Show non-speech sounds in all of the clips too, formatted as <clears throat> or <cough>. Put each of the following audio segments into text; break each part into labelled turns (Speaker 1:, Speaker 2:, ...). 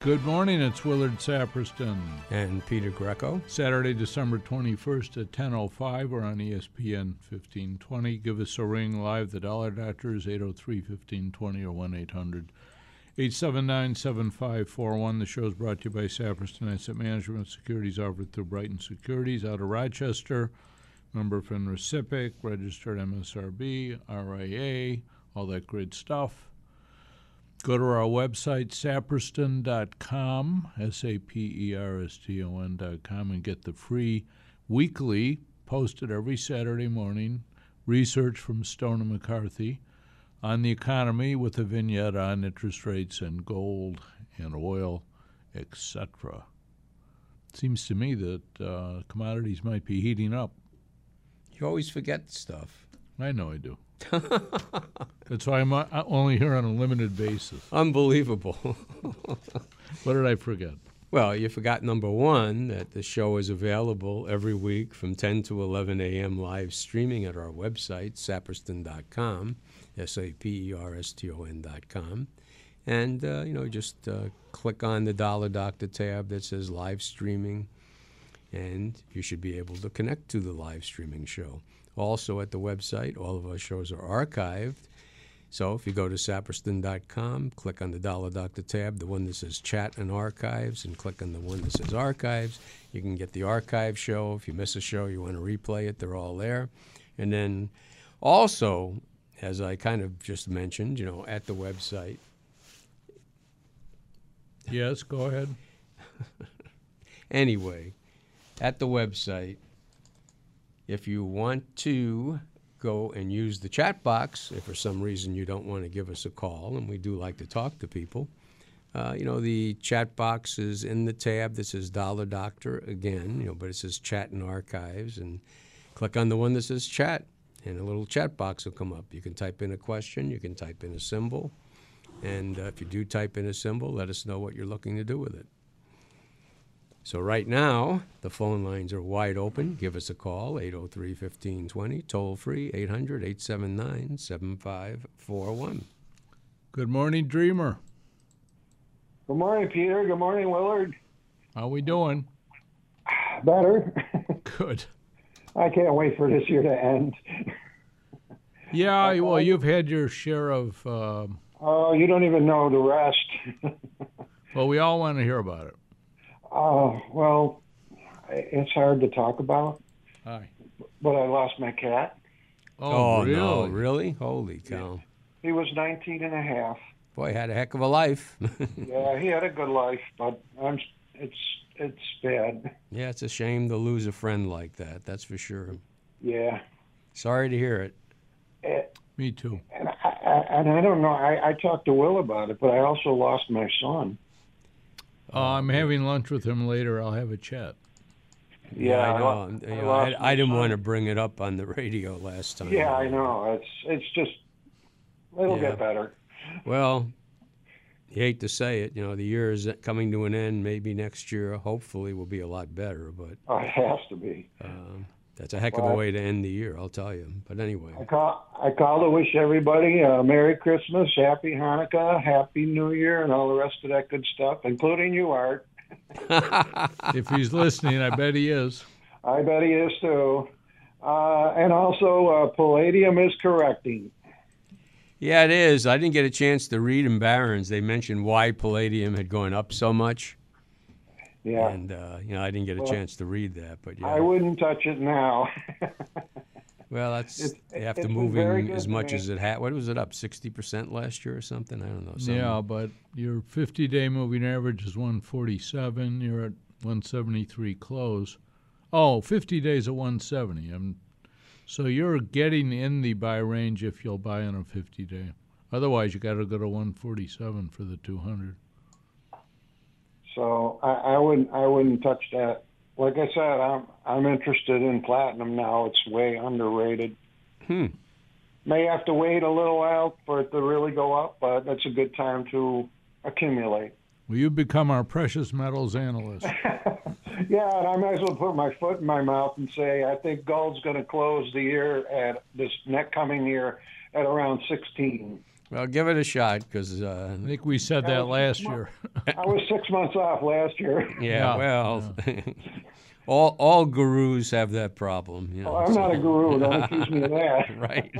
Speaker 1: Good morning. It's Willard Saperston.
Speaker 2: And Peter Greco.
Speaker 1: Saturday, December 21st at 10.05 or on E ESPN 1520. Give us a ring live. The Dollar Doctor is 803-1520 or 1-800-879-7541. The show is brought to you by Saperston Asset Management Securities offered through Brighton Securities out of Rochester. Member FINRA SIPC, registered MSRB, RIA, all that great stuff go to our website, saperston.com, S A P E R S T O N.com, and get the free weekly, posted every Saturday morning, research from Stone and McCarthy on the economy with a vignette on interest rates and gold and oil, etc. Seems to me that uh, commodities might be heating up.
Speaker 2: You always forget stuff.
Speaker 1: I know I do. That's why I'm uh, only here on a limited basis.
Speaker 2: <laughs> Unbelievable. <laughs>
Speaker 1: What did I forget?
Speaker 2: well, you forgot number one that the show is available every week from 10 to 11 a.m. live streaming at our website, saperston.com, S A P E R S T O N.com. And, uh, you know, just uh, click on the Dollar Doctor tab that says live streaming, and you should be able to connect to the live streaming show. Also, at the website, all of our shows are archived. So if you go to saperston.com, click on the Dollar Doctor tab, the one that says Chat and Archives, and click on the one that says Archives, you can get the archive show. If you miss a show, you want to replay it, they're all there. And then also, as I kind of just mentioned, you know, at the website,
Speaker 1: Yes, go ahead.
Speaker 2: anyway, at the website, if you want to go and use the chat box, if for some reason you don't want to give us a call, and we do like to talk to people, uh, you know, the chat box is in the tab that says Dollar Doctor again, you know, but it says chat and archives, and click on the one that says chat, and a little chat box will come up. You can type in a question, you can type in a symbol, and uh, if you do type in a symbol, let us know what you're looking to do with it. So right now, the phone lines are wide open. Give us a call, 803-1520, toll free, 800-879-7541.
Speaker 1: Good morning, Dreamer.
Speaker 3: Good morning, Peter. Good morning, Willard. <laughs>
Speaker 1: How we doing?
Speaker 3: Better.
Speaker 1: Good.
Speaker 3: I can't wait for this year to end.
Speaker 1: Yeah, well, you've had your share of. Um,
Speaker 3: Oh, you don't even know the rest. <laughs>
Speaker 1: well, we all want to hear about it.
Speaker 3: Oh, well, I- it's hard to talk about,
Speaker 1: Hi.
Speaker 3: but I lost my cat.
Speaker 1: Oh, really?
Speaker 2: no, really? Holy cow.
Speaker 3: He was 19 and a half.
Speaker 2: Boy, had a heck of a life. <laughs>
Speaker 3: Yeah, he had a good life, but I'm it's it's bad.
Speaker 2: yeah, it's a shame to lose a friend like that. That's for sure.
Speaker 3: Yeah.
Speaker 2: Sorry to hear it.
Speaker 3: Eh.
Speaker 1: Me too.
Speaker 3: And I, I, and I don't know. I, I talked to Will about it, but I also lost my son.
Speaker 1: Uh, I'm having lunch with him later. I'll have a chat.
Speaker 3: Yeah,
Speaker 2: I
Speaker 3: I
Speaker 2: know.
Speaker 3: lo-
Speaker 2: I'm- you
Speaker 3: I
Speaker 2: know,
Speaker 3: lost
Speaker 2: I, I didn't
Speaker 3: my
Speaker 2: want to bring it up on the <laughs> radio last time.
Speaker 3: Yeah, I know. It's it's just it'll
Speaker 2: Yeah.
Speaker 3: get better.
Speaker 2: Well, you hate to say it, you know, the year is coming to an end. Maybe next year, hopefully, will be a lot better. But
Speaker 3: Oh, it has to be.
Speaker 2: um, that's a heck of a
Speaker 3: Well,
Speaker 2: way to end the year, I'll tell you. But anyway,
Speaker 3: I call I call to wish everybody a Merry Christmas, Happy Hanukkah, Happy New Year, and all the rest of that good stuff, including you, Art.
Speaker 1: If he's listening, I bet he is.
Speaker 3: I bet he is too. Uh, and also, uh, Palladium is correcting.
Speaker 2: yeah, it is. I didn't get a chance to read in Barron's. They mentioned why palladium had gone up so much,
Speaker 3: Yeah,
Speaker 2: and uh, you know, I didn't get a
Speaker 3: Well,
Speaker 2: chance to read that. But yeah,
Speaker 3: I wouldn't touch it now. <laughs>
Speaker 2: well, that's
Speaker 3: It's-
Speaker 2: they have to
Speaker 3: it's been
Speaker 2: move
Speaker 3: very
Speaker 2: in
Speaker 3: good
Speaker 2: as
Speaker 3: to
Speaker 2: much
Speaker 3: me.
Speaker 2: as it had. What was it up? Sixty percent last year or something? I don't know. Something.
Speaker 1: Yeah, but your 50 day moving average is 147. You're at 173 close. Oh, 50 days at 170. I'm, so you're getting in the buy range if you'll buy on a 50 day. Otherwise, you got to go to 147 for the 200.
Speaker 3: so I, I wouldn't I wouldn't touch that. Like I said, I'm I'm interested in platinum now. It's way underrated.
Speaker 2: Hmm.
Speaker 3: May have to wait a little while for it to really go up, but that's a good time to accumulate.
Speaker 1: Well, you've become our precious metals analyst.
Speaker 3: Yeah, and I might as well put my foot in my mouth and say I think gold's going to close the year at this next coming year at around 16.
Speaker 2: Well, give it a shot because, uh,
Speaker 1: I think we said that last year.
Speaker 3: I was six months off last year.
Speaker 2: yeah,
Speaker 1: Yeah,
Speaker 2: well, <laughs> all, all gurus have that problem. You know,
Speaker 3: Well, Oh, I'm
Speaker 2: so-
Speaker 3: not a
Speaker 2: <laughs>
Speaker 3: guru. Don't accuse me of that.
Speaker 2: Right.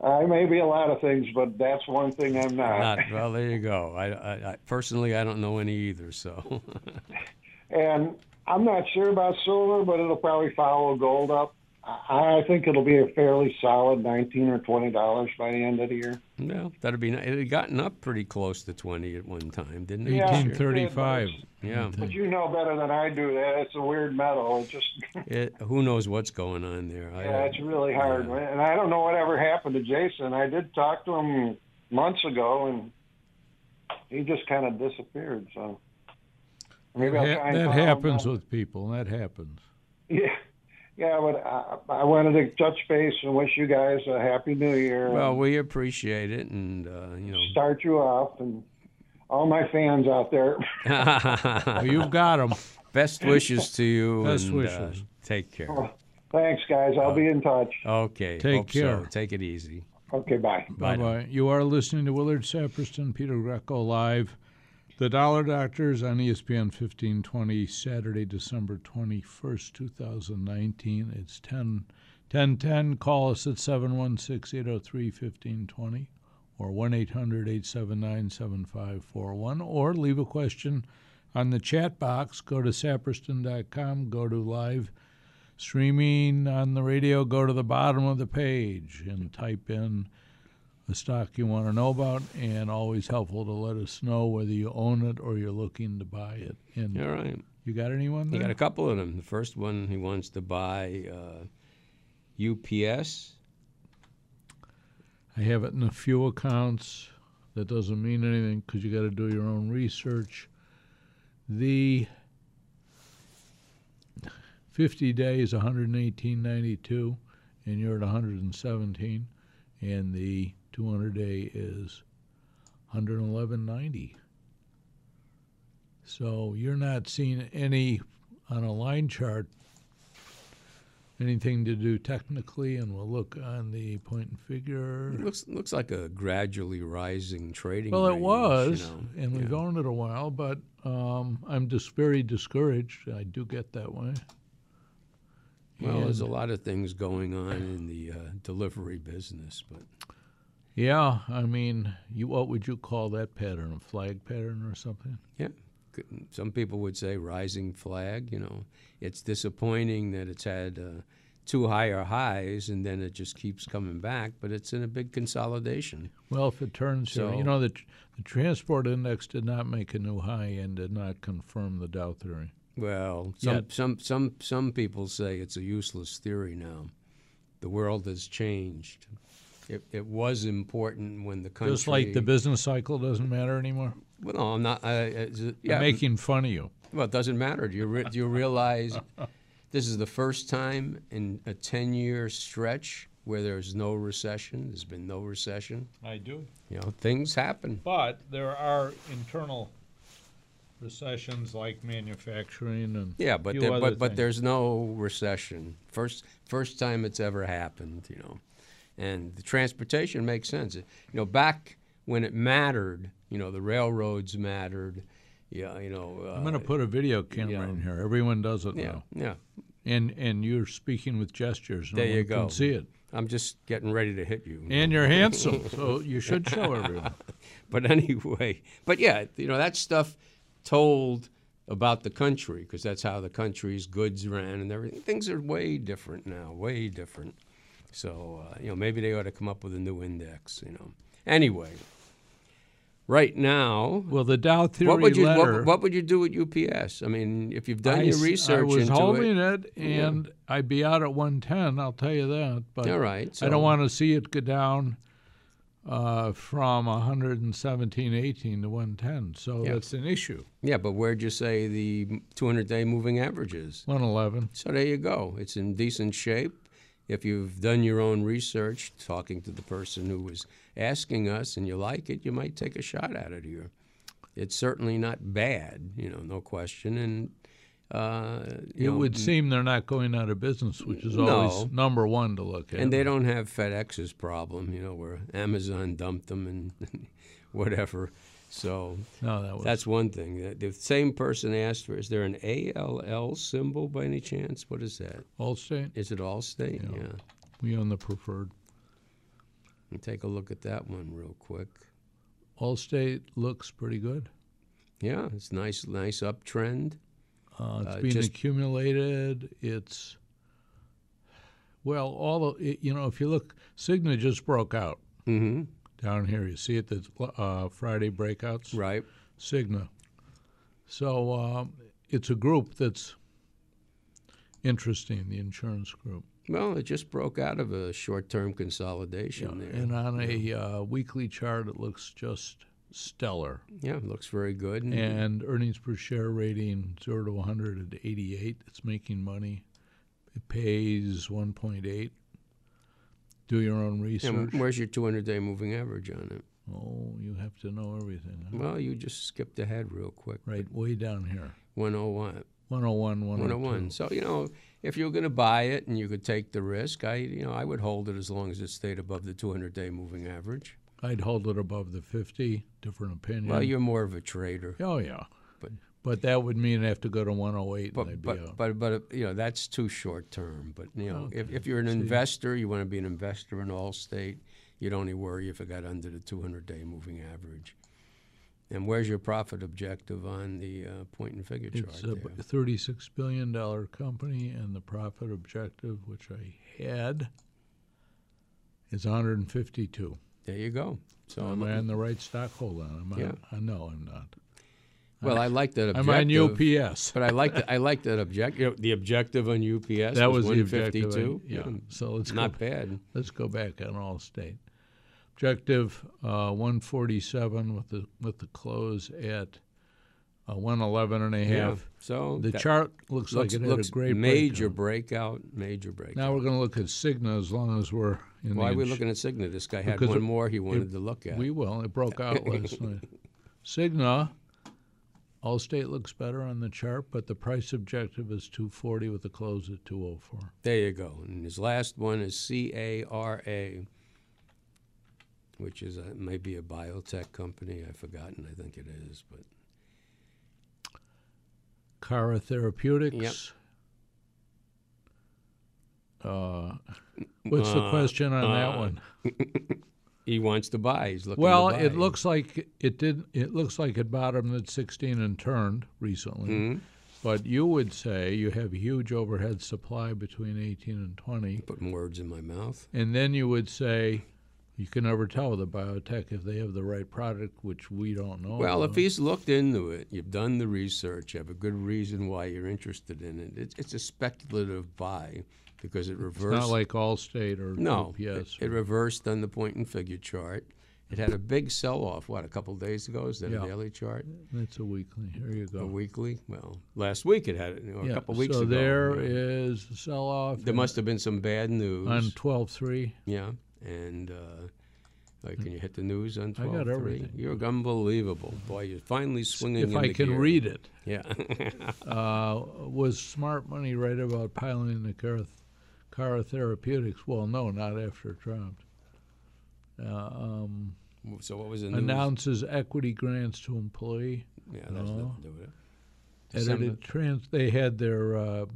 Speaker 3: I may be a lot of things, but that's one thing I'm not.
Speaker 2: Not, well, there you go. I, I, I, personally, I don't know any either, so. <laughs>
Speaker 3: And I'm not sure about silver, but it'll probably follow gold up. I I think it'll be a fairly solid 19 or 20 dollars by the end of the year.
Speaker 2: Well, that'd be nice. It had gotten up pretty close to 20 at one time, didn't it?
Speaker 3: Yeah.
Speaker 2: this year?
Speaker 1: 1835.
Speaker 2: Yeah.
Speaker 3: But you know better than I do that. It's a weird metal. It just
Speaker 2: It, who knows what's going on there? I,
Speaker 3: yeah, it's really hard. And I don't know whatever happened to Jason. I did talk to him months ago, and he just kind of disappeared. So maybe I'll try
Speaker 1: Ha-
Speaker 3: and
Speaker 1: That
Speaker 3: call him
Speaker 1: happens
Speaker 3: back.
Speaker 1: with people, that happens.
Speaker 3: <laughs> Yeah, yeah. But I, I wanted to touch base and wish you guys a happy New Year.
Speaker 2: Well, we appreciate it, and, uh, you know.
Speaker 3: start you off and all my fans out there.
Speaker 1: Well,
Speaker 3: <laughs>
Speaker 1: You've got them.
Speaker 2: Best wishes to you.
Speaker 1: Best
Speaker 2: and, uh,
Speaker 1: wishes.
Speaker 2: take care.
Speaker 3: <laughs> Thanks, guys. I'll be in touch.
Speaker 2: Uh, Okay.
Speaker 1: Take
Speaker 2: hope so.
Speaker 1: care.
Speaker 2: Take it easy.
Speaker 3: Okay, bye.
Speaker 2: Bye now.
Speaker 1: Bye-bye. You are listening to Willard Saperston, Peter Greco live. The Dollar Doctors on E ESPN 1520, Saturday, December 21st, 2019. It's 10, 1010. Call us at 716-803-1520 or 1-800-879-7541 or leave a question on the chat box. Go to saperston.com, go to live streaming on the radio, go to the bottom of the page and type in the stock you want to know about, and always helpful to let us know whether you own it or you're looking to buy it. And
Speaker 2: All right.
Speaker 1: you got anyone
Speaker 2: He
Speaker 1: there?
Speaker 2: got a couple of them. The first one, he wants to buy uh, UPS.
Speaker 1: I have it in a few accounts. That doesn't mean anything because you got to do your own research. The 50 days, 118.92, and you're at 117, and the 200 day is 111.90. So you're not seeing any on a line chart anything to do technically, and we'll look on the point and figure.
Speaker 2: It looks looks like a gradually rising trading.
Speaker 1: Hmm. Well, it
Speaker 2: range, you
Speaker 1: was,
Speaker 2: know.
Speaker 1: and we've owned it a while, but um, I'm just very discouraged. I do get that way.
Speaker 2: Well, there's a lot of things going on in the uh, delivery business, but
Speaker 1: Yeah, I mean, you what would you call that pattern? A flag pattern or something?
Speaker 2: yeah, could- some people would say rising flag. You know, it's disappointing that it's had uh, two higher highs and then it just keeps coming back, but it's in a big consolidation.
Speaker 1: Well, if it turns, so,
Speaker 2: So-
Speaker 1: you know, the, tr- the transport index did not make a new high and did not confirm the Dow theory.
Speaker 2: Well, some
Speaker 1: Yet.
Speaker 2: some some some people say it's a useless theory now. The world has changed. It, it was important when the country
Speaker 1: Just like the business cycle doesn't matter anymore.
Speaker 2: Well, no, I'm not. I- it's- yeah,
Speaker 1: I'm making fun of you.
Speaker 2: Well, it doesn't matter. Do you, re- do you
Speaker 1: <laughs>
Speaker 2: realize this is the first time in a 10 year stretch where there's no recession? There's been no recession.
Speaker 1: I do.
Speaker 2: You know, things happen.
Speaker 1: But there are internal recessions like manufacturing and
Speaker 2: Yeah, but
Speaker 1: few
Speaker 2: there,
Speaker 1: other
Speaker 2: but, but
Speaker 1: things.
Speaker 2: there's no recession. First first time it's ever happened, you know. And the transportation makes sense. It- You know, back when it mattered, you know, the railroads mattered. Yeah, you know. Uh,
Speaker 1: I'm going to put a video camera
Speaker 2: yeah.
Speaker 1: in here. Everyone does it
Speaker 2: yeah,
Speaker 1: now.
Speaker 2: yeah.
Speaker 1: And and you're speaking with gestures. No
Speaker 2: There you
Speaker 1: one
Speaker 2: go.
Speaker 1: Can see it.
Speaker 2: I'm just getting ready to hit you.
Speaker 1: And you're handsome, so you should show everyone.
Speaker 2: But anyway, but yeah, you know that stuff told about the country because that's how the country's goods ran and everything. Things are way different now, way different. So uh, you know maybe they ought to come up with a new index. You know. Anyway, right now,
Speaker 1: Well, the Dow theory
Speaker 2: what would you
Speaker 1: letter.
Speaker 2: what, what would you do at UPS? I mean, if you've <laughs> done
Speaker 1: I,
Speaker 2: your
Speaker 1: s- I
Speaker 2: research
Speaker 1: was
Speaker 2: into
Speaker 1: holding
Speaker 2: it,
Speaker 1: it, and I'd be out at 110. I'll tell you that. But
Speaker 2: all right. So,
Speaker 1: I don't want to see it go down uh, from 117.18 to 110. So
Speaker 2: Yeah.
Speaker 1: that's an issue.
Speaker 2: Yeah, but where'd you say the 200-day moving average is?
Speaker 1: 111.
Speaker 2: So there you go. It's in decent shape. If you've done your own research, talking to the person who was asking us, and you like it, you might take a shot at it here. It's certainly not bad, you know, no question. And Uh,
Speaker 1: It
Speaker 2: you know,
Speaker 1: would seem they're not going out of business, which is always
Speaker 2: No.
Speaker 1: number one to look at.
Speaker 2: and they don't have FedEx's problem, you know, where Amazon dumped them and <laughs> whatever. So
Speaker 1: No, that was
Speaker 2: that's one thing. The- The same person asked for, is there an ALL symbol by any chance? What is that?
Speaker 1: Allstate.
Speaker 2: Is it Allstate?
Speaker 1: Yeah.
Speaker 2: yeah.
Speaker 1: We own the preferred.
Speaker 2: And Take a look at that one real quick.
Speaker 1: Allstate looks pretty good.
Speaker 2: Yeah, it's nice, nice uptrend.
Speaker 1: Uh, it's
Speaker 2: Uh,
Speaker 1: being
Speaker 2: just-
Speaker 1: accumulated. It's well, all of it, you know. If you look, Cigna just broke out
Speaker 2: hmm
Speaker 1: down here. You see it the uh, Friday breakouts.
Speaker 2: Right.
Speaker 1: Cigna. So um, it's a group that's interesting. The insurance group.
Speaker 2: Well, it just broke out of a short-term consolidation there.
Speaker 1: And on a uh, weekly chart, it looks just stellar.
Speaker 2: yeah, it looks very good. And,
Speaker 1: And earnings per share rating zero to 100 at 88. It's making money. It pays 1.8. Do your own
Speaker 2: and
Speaker 1: research.
Speaker 2: where's your 200-day moving average on it?
Speaker 1: oh, you have to know everything. huh?
Speaker 2: Well, you just skipped ahead real quick.
Speaker 1: Right, way down here.
Speaker 2: 101.
Speaker 1: 101, 102.
Speaker 2: 101. So, you know, if you were going to buy it and you could take the risk, I, you know, I would hold it as long as it stayed above the 200-day moving average.
Speaker 1: I'd hold it above the 50. Different opinion.
Speaker 2: Well, you're more of a trader.
Speaker 1: oh, yeah. But,
Speaker 2: But-
Speaker 1: that would mean I have to go to 108 and
Speaker 2: But
Speaker 1: I'd be
Speaker 2: but,
Speaker 1: out.
Speaker 2: but but uh, you know that's too short term. But you know if, if you're an investor, you want to be an investor in Allstate. You'd only worry if it got under the 200-day moving average. And where's your profit objective on the uh, point and figure chart?
Speaker 1: It's a
Speaker 2: there?
Speaker 1: b- $36 billion company, and the profit objective, which I had, is 152.
Speaker 2: There you go. So
Speaker 1: Am I on the right stock? Hold on. Am I,
Speaker 2: Yeah.
Speaker 1: I know I'm not.
Speaker 2: well, I like that
Speaker 1: I'm
Speaker 2: objective.
Speaker 1: on UPS.
Speaker 2: But I like that. I like that objective. You know, the objective on UPS
Speaker 1: That was the objective.
Speaker 2: 152.
Speaker 1: I- yeah. So let's go,
Speaker 2: Hmm, Not bad.
Speaker 1: let's go back on Allstate. Objective uh, 147 with the with the close at uh, 111 and a half.
Speaker 2: So
Speaker 1: The
Speaker 2: that
Speaker 1: chart looks,
Speaker 2: looks,
Speaker 1: like it
Speaker 2: looks
Speaker 1: had a great
Speaker 2: major
Speaker 1: breakdown.
Speaker 2: breakout. Major breakout.
Speaker 1: Now we're going to look at Cigna as long as we're in
Speaker 2: Why
Speaker 1: the
Speaker 2: are we
Speaker 1: ins-
Speaker 2: looking at Cigna? This guy had
Speaker 1: Because
Speaker 2: one
Speaker 1: it-
Speaker 2: more he wanted to look at.
Speaker 1: We will. It
Speaker 2: <laughs>
Speaker 1: broke out last night. Cigna, Allstate looks better on the chart, but the price objective is 240 with a close at 204.
Speaker 2: there you go. And his last one is C A R A, which is a, maybe a biotech company. I've forgotten. I think it is, but
Speaker 1: Cara Therapeutics. Uh, what's the
Speaker 2: Uh,
Speaker 1: question on that
Speaker 2: uh,
Speaker 1: one?
Speaker 2: <laughs> he wants to buy. He's looking. to
Speaker 1: Well,
Speaker 2: buy.
Speaker 1: it looks like it did. It looks like it bottomed at 16 and turned recently.
Speaker 2: Mhm.
Speaker 1: But you would say you have huge overhead supply between 18 and 20.
Speaker 2: Putting words in my mouth.
Speaker 1: And then you would say, you can never tell with a biotech if they have the right product, which we don't know.
Speaker 2: Well, if
Speaker 1: about.
Speaker 2: he's looked into it, you've done the research, you have a good reason why you're interested in it. It's, it's a speculative buy because it
Speaker 1: it's not
Speaker 2: reversed.
Speaker 1: like Allstate or
Speaker 2: no,
Speaker 1: UPS.
Speaker 2: it, it reversed on the point and figure chart. It had a big sell off, what, a couple days ago? Is that
Speaker 1: Yeah.
Speaker 2: a daily chart?
Speaker 1: it's a weekly. Here you
Speaker 2: A
Speaker 1: go.
Speaker 2: weekly? Well, last week it had it, you know,
Speaker 1: yeah.
Speaker 2: a couple weeks
Speaker 1: so
Speaker 2: ago.
Speaker 1: there
Speaker 2: yeah.
Speaker 1: is the sell off.
Speaker 2: There must have been some bad news.
Speaker 1: on twelve three.
Speaker 2: yeah, and. Uh, like, can you hit the news on
Speaker 1: I got
Speaker 2: 12
Speaker 1: everything.
Speaker 2: You're unbelievable. Boy, you're finally swinging
Speaker 1: If
Speaker 2: in
Speaker 1: I
Speaker 2: the
Speaker 1: can
Speaker 2: gear.
Speaker 1: read it,
Speaker 2: Yeah. <laughs>
Speaker 1: uh, was Smart Money right about piling the car, car therapeutics? Well, no, not after it dropped. Uh, um,
Speaker 2: So what was the news?
Speaker 1: announces equity grants to employee.
Speaker 2: Yeah, that's
Speaker 1: No.
Speaker 2: nothing to do with it. December.
Speaker 1: edited trans. They had their uh,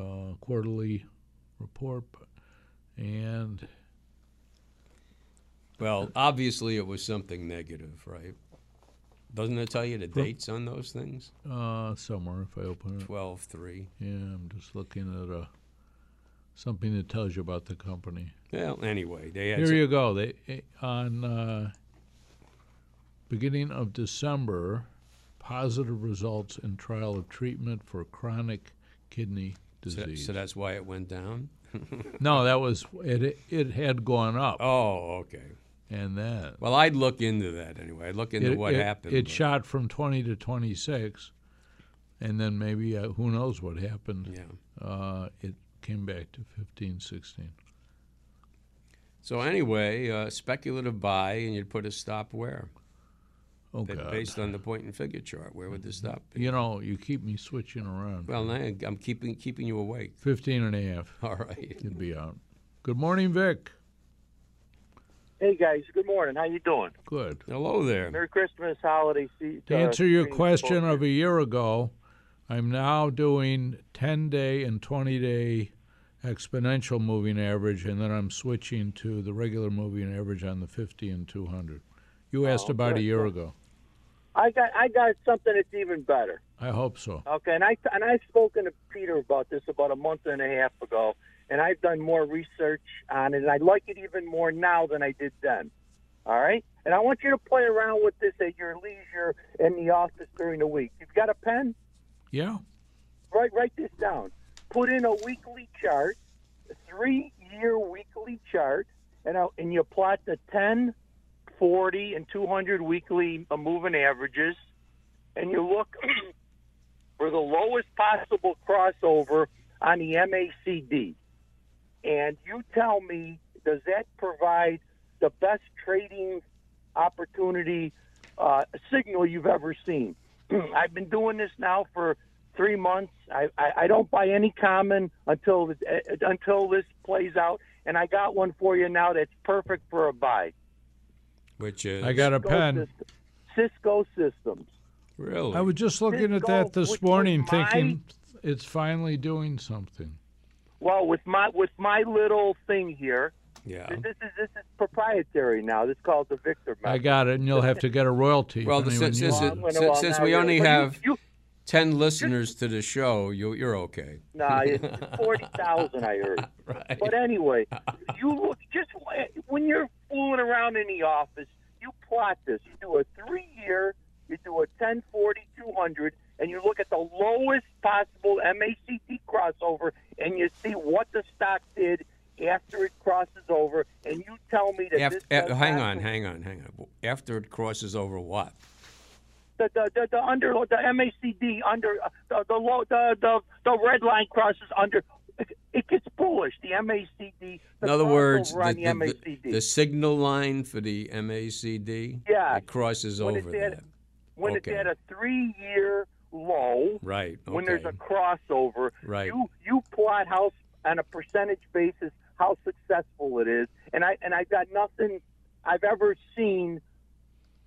Speaker 1: uh, quarterly report, and
Speaker 2: Well, obviously it was something negative, right? Doesn't it tell you the dates on those things?
Speaker 1: uh, somewhere if I open it,
Speaker 2: 12, 3.
Speaker 1: yeah, I'm just looking at a something that tells you about the company.
Speaker 2: Well, anyway, they had
Speaker 1: Here
Speaker 2: some-
Speaker 1: you go. They eh, on uh, beginning of December, positive results in trial of treatment for chronic kidney
Speaker 2: so, that-
Speaker 1: disease.
Speaker 2: so that's why it went down?
Speaker 1: no, that was it. It had gone up,
Speaker 2: Oh, okay.
Speaker 1: and then
Speaker 2: Well, I'd look into that anyway. I'd look into what happened.
Speaker 1: It
Speaker 2: but-
Speaker 1: shot from 20 to 26, and then maybe uh, who knows what happened.
Speaker 2: Yeah.
Speaker 1: Uh, it came back to 15, 16.
Speaker 2: So anyway, uh, speculative buy, and you'd put a stop where?
Speaker 1: Oh,
Speaker 2: that
Speaker 1: God. Mm-hmm.
Speaker 2: based on the point and figure chart, where would this stop? be?
Speaker 1: You know, you keep me switching around.
Speaker 2: Well, now I'm keeping keeping you awake.
Speaker 1: 15 and a half.
Speaker 2: <laughs> All right.
Speaker 1: You'd be out. Good morning, Vic.
Speaker 4: Hey guys, good morning. How you doing?
Speaker 1: Good.
Speaker 2: Hello there.
Speaker 4: Merry Christmas, holiday season.
Speaker 1: To answer your question of a year ago, I'm now doing 10 day and 20 day exponential moving average, and then I'm switching to the regular moving average on the 50 and 200. You asked about a
Speaker 4: Oh, good,
Speaker 1: year ago.
Speaker 4: I got I got something that's even better.
Speaker 1: I hope so.
Speaker 4: Okay, and I and I've spoken to Peter about this about a month and a half ago, and I've done more research on it, and I like it even more now than I did then. All right, and I want you to play around with this at your leisure in the office during the week. You've got a pen?
Speaker 1: Yeah.
Speaker 4: Write write this down. Put in a weekly chart, a three year weekly chart, and out and you plot the 10, 40, and 200 weekly uh, moving averages, and you look for the lowest possible crossover on the MACD. And you tell me, does that provide the best trading opportunity uh, signal you've ever seen? <clears throat> I've been doing this now for three months. I, I, I don't buy any common until uh, until this plays out, and I got one for you now that's perfect for a buy.
Speaker 2: Which uh, is
Speaker 1: I got a
Speaker 4: Cisco
Speaker 1: pen.
Speaker 4: Systems. Cisco Systems.
Speaker 2: really.
Speaker 1: I was just looking at that
Speaker 4: Cisco,
Speaker 1: this
Speaker 4: which
Speaker 1: morning,
Speaker 4: was my-
Speaker 1: thinking it's finally doing something.
Speaker 4: Well, with my with my little thing here,
Speaker 2: yeah.
Speaker 4: this is this is proprietary now. This is called the Victor
Speaker 1: I
Speaker 4: method.
Speaker 1: got it, and you'll have to get a royalty. if
Speaker 2: Well,
Speaker 1: anyone
Speaker 2: since-
Speaker 1: uses
Speaker 2: since
Speaker 1: it.
Speaker 4: Well, I'm
Speaker 2: since-
Speaker 4: gonna-
Speaker 2: since
Speaker 4: well,
Speaker 2: we
Speaker 4: now
Speaker 2: only
Speaker 4: you- but you-
Speaker 2: have-
Speaker 4: you,
Speaker 2: Ten listeners to the show. You you're okay.
Speaker 4: Nah,
Speaker 2: <laughs>
Speaker 4: it's forty thousand. I heard.
Speaker 2: Right.
Speaker 4: But anyway,
Speaker 2: Uh,
Speaker 4: you look just when you're fooling around in the office, you plot this. You do a three year, you do a 10, 40, 200, and you look at the lowest possible MACD crossover, and you see what the stock did after it crosses over, and you tell me that
Speaker 2: After,
Speaker 4: this does
Speaker 2: hang
Speaker 4: not-
Speaker 2: on, hang on, hang on. After it crosses over what?
Speaker 4: the the the, the under the MACD under uh, the the low the the, the red line crosses under. It, it gets bullish. The MACD. The
Speaker 2: In other words,
Speaker 4: crossover on
Speaker 2: the, the-
Speaker 4: MACD.
Speaker 2: the- the signal line for the MACD
Speaker 4: Yeah.
Speaker 2: it crosses
Speaker 4: When
Speaker 2: over
Speaker 4: it's at-
Speaker 2: that.
Speaker 4: when
Speaker 2: Okay.
Speaker 4: it's at a three-year low,
Speaker 2: Right. Okay.
Speaker 4: when there's a crossover,
Speaker 2: Right.
Speaker 4: you you plot how s- on a percentage basis how successful it is, and I and I've got nothing I've ever seen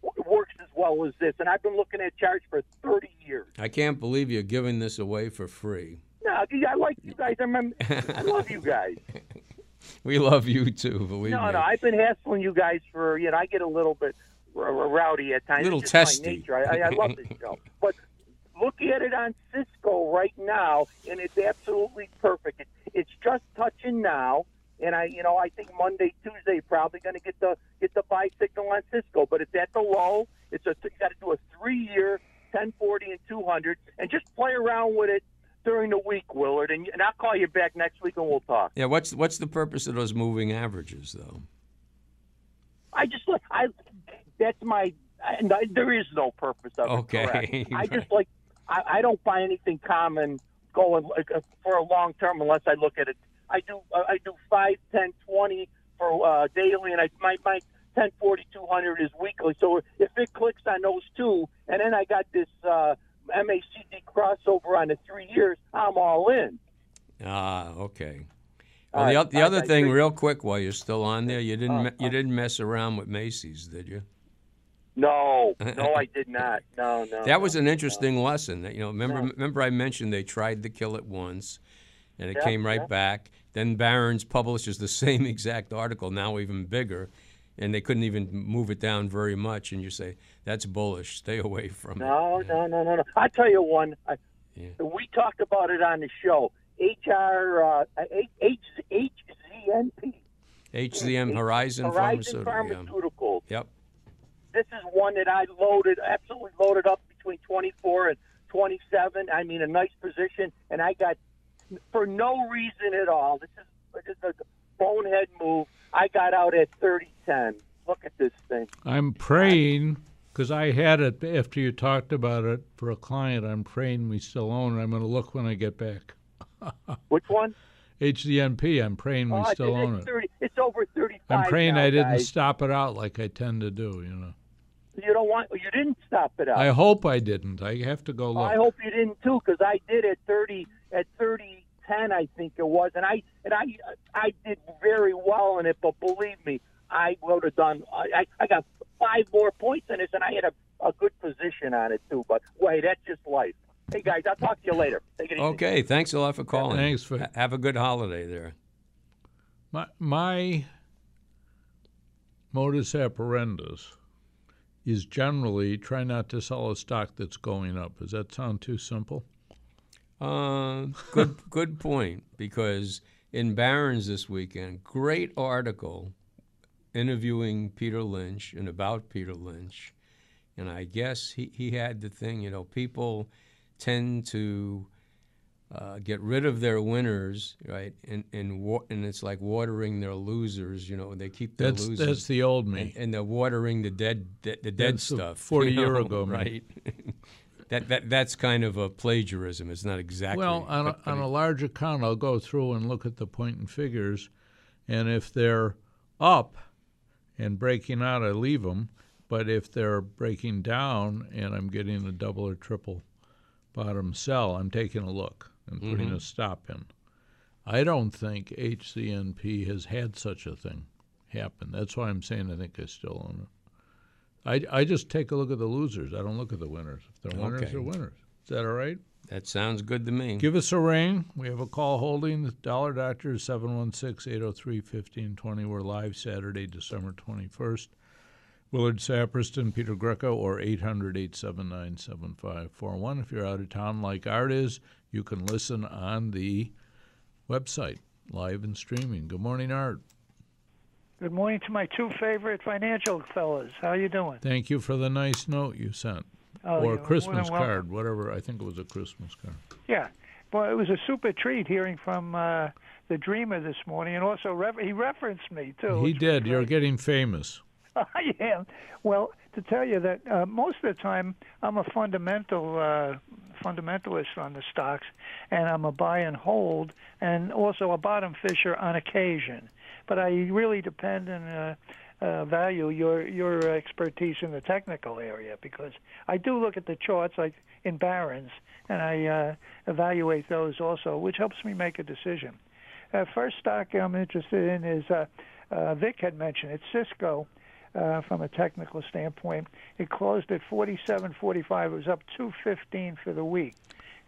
Speaker 4: w- works as well as this, and I've been looking at charts for 30 years.
Speaker 2: I can't believe you're giving this away for free. <laughs>
Speaker 4: No, I like you guys. I remember, I love you guys.
Speaker 2: <laughs> We love you too, believe
Speaker 4: No,
Speaker 2: me.
Speaker 4: no, I've been hassling you guys for you know. I get a little bit r- r- rowdy at times.
Speaker 2: Little
Speaker 4: It's just my
Speaker 2: testy.
Speaker 4: nature. I, I, I love this show,
Speaker 2: <laughs>
Speaker 4: but look at it on Cisco right now, and it's absolutely perfect. It, it's just touching now, and I, you know, I think Monday, Tuesday, probably going to get the get the buy signal on Cisco. But it's at the low. It's a you got to do a three year, ten forty and two hundred, and just play around with it during the week, Willard. And, and I'll call you back next week, and we'll talk.
Speaker 2: yeah, what's what's the purpose of those moving averages though?
Speaker 4: I just like I. That's my. And I, there is no purpose of it.
Speaker 2: Okay, <laughs>
Speaker 4: correct. I
Speaker 2: right.
Speaker 4: just like. I, I don't buy anything common going like, uh, for a long term unless I look at it. I do. Uh, I do five, ten, twenty for uh, daily, and I my my ten forty two hundred is weekly. So if it clicks on those two, and then I got this uh, MACD crossover on the three years, I'm all in.
Speaker 2: Ah, okay. Well,
Speaker 4: All
Speaker 2: the,
Speaker 4: right,
Speaker 2: oth- the
Speaker 4: I-
Speaker 2: other
Speaker 4: I
Speaker 2: thing,
Speaker 4: think-
Speaker 2: real quick, while you're still on there, you didn't
Speaker 4: Uh,
Speaker 2: me- you
Speaker 4: uh.
Speaker 2: didn't mess around with Macy's, did you?
Speaker 4: No, no, I did not. No, no.
Speaker 2: That was
Speaker 4: no.
Speaker 2: an interesting lesson. That, you know, remember remember I mentioned they tried to kill it once, and it
Speaker 4: Yeah,
Speaker 2: came right
Speaker 4: yeah.
Speaker 2: back. Then Barron's publishes the <laughs> same exact article, now even bigger, and they couldn't even move it down very much. And you say that's bullish. Stay away from it.
Speaker 4: No, no, no, no, no. I tell you one. I,
Speaker 2: Yeah.
Speaker 4: We talked about it on the show. HR uh, H- H- HZNP
Speaker 2: HZM Horizon,
Speaker 4: Horizon
Speaker 2: Pharmaceutical. yeah.
Speaker 4: Pharmaceuticals.
Speaker 2: Yep.
Speaker 4: This is one that I loaded, absolutely loaded up between 24 and 27. I mean, a nice position, and I got for no reason at all. This is just a bonehead move. I got out at 30-10. Look at this thing.
Speaker 1: I'm praying because I had it after you talked about it for a client. I'm praying we still own it. I'm going to look when I get back. <laughs>
Speaker 4: Which one?
Speaker 1: HDNP. I'm praying we
Speaker 4: Oh,
Speaker 1: still
Speaker 4: it's,
Speaker 1: own it.
Speaker 4: 30, it's over 35.
Speaker 1: I'm praying
Speaker 4: now,
Speaker 1: I didn't
Speaker 4: guys.
Speaker 1: stop it out like I tend to do. You know.
Speaker 4: You don't want. You didn't stop it out.
Speaker 1: I hope I didn't. I have to go look.
Speaker 4: I hope you didn't too, because I did at thirty at thirty ten, I think it was, and I and I I did very well in it. But believe me, I would have done. I I got five more points in this, and I had a, a good position on it too. But wait, that's just life. Hey guys, I'll talk to you later. Take it easy.
Speaker 2: Okay, thanks a lot for calling.
Speaker 1: Thanks for-
Speaker 2: Ha- have a good holiday there.
Speaker 1: My, my modus operandus is generally try not to sell a stock that's going up. Does that sound too simple?
Speaker 2: Uh, good <laughs> good point because in Barron's this weekend, great article interviewing Peter Lynch and about Peter Lynch, and I guess he, he had the thing you know people tend to uh, get rid of their winners right and and wa- and it's like watering their losers you know they keep their
Speaker 1: That's
Speaker 2: losers
Speaker 1: that's the old me.
Speaker 2: and, and they're watering the dead the, the dead
Speaker 1: That's the
Speaker 2: stuff <laughs>
Speaker 1: 40
Speaker 2: you know,
Speaker 1: year ago me.
Speaker 2: right <laughs> that, that that's kind of a plagiarism it's not exactly
Speaker 1: Well, on a,
Speaker 2: but- but
Speaker 1: on
Speaker 2: it-
Speaker 1: a large account, I'll go through and look at the point and figures, and if they're up and breaking out, I leave them. But if they're breaking down and I'm getting a double or triple bottom sell, I'm taking a look and
Speaker 2: Mm-hmm.
Speaker 1: putting a stop in. I don't think HCNP has had such a thing happen. That's why I'm saying I think I still own it. I, I just take a look at the losers. I don't look at the winners. If they're winners,
Speaker 2: Okay.
Speaker 1: they're winners. Is that all right?
Speaker 2: that sounds good to me
Speaker 1: Give us a ring. We have a call holding. The Dollar Doctor is 716 803 1520. We're live Saturday, December 21st. Willard Sapperston, Peter Greco, or 800 879 7541. If you're out of town like Art is, you can listen on the website, live and streaming. Good morning, Art.
Speaker 5: Good morning to my two favorite financial fellas. How you doing?
Speaker 1: Thank you for the nice note you sent.
Speaker 5: Oh,
Speaker 1: or
Speaker 5: you're
Speaker 1: a
Speaker 5: more
Speaker 1: Christmas
Speaker 5: than welcome.
Speaker 1: card, whatever. I think it was a Christmas card.
Speaker 5: Yeah. Well, it was a super treat hearing from uh, the Dreamer this morning, and also ref- he referenced me too.
Speaker 1: he
Speaker 5: which was
Speaker 1: did. You're
Speaker 5: great.
Speaker 1: getting famous.
Speaker 5: <laughs> I am. Well, to tell you that uh, most of the time I'm a fundamental uh, fundamentalist on the stocks, and I'm a buy and hold, and also a bottom fisher on occasion. But I really depend and uh, uh, value your your expertise in the technical area because I do look at the charts like in Barron's, and I uh, evaluate those also, which helps me make a decision. Uh, first stock I'm interested in is uh, uh, Vic had mentioned it's Cisco. Uh, from a technical standpoint, it closed at 47.45. It was up 2.15 for the week.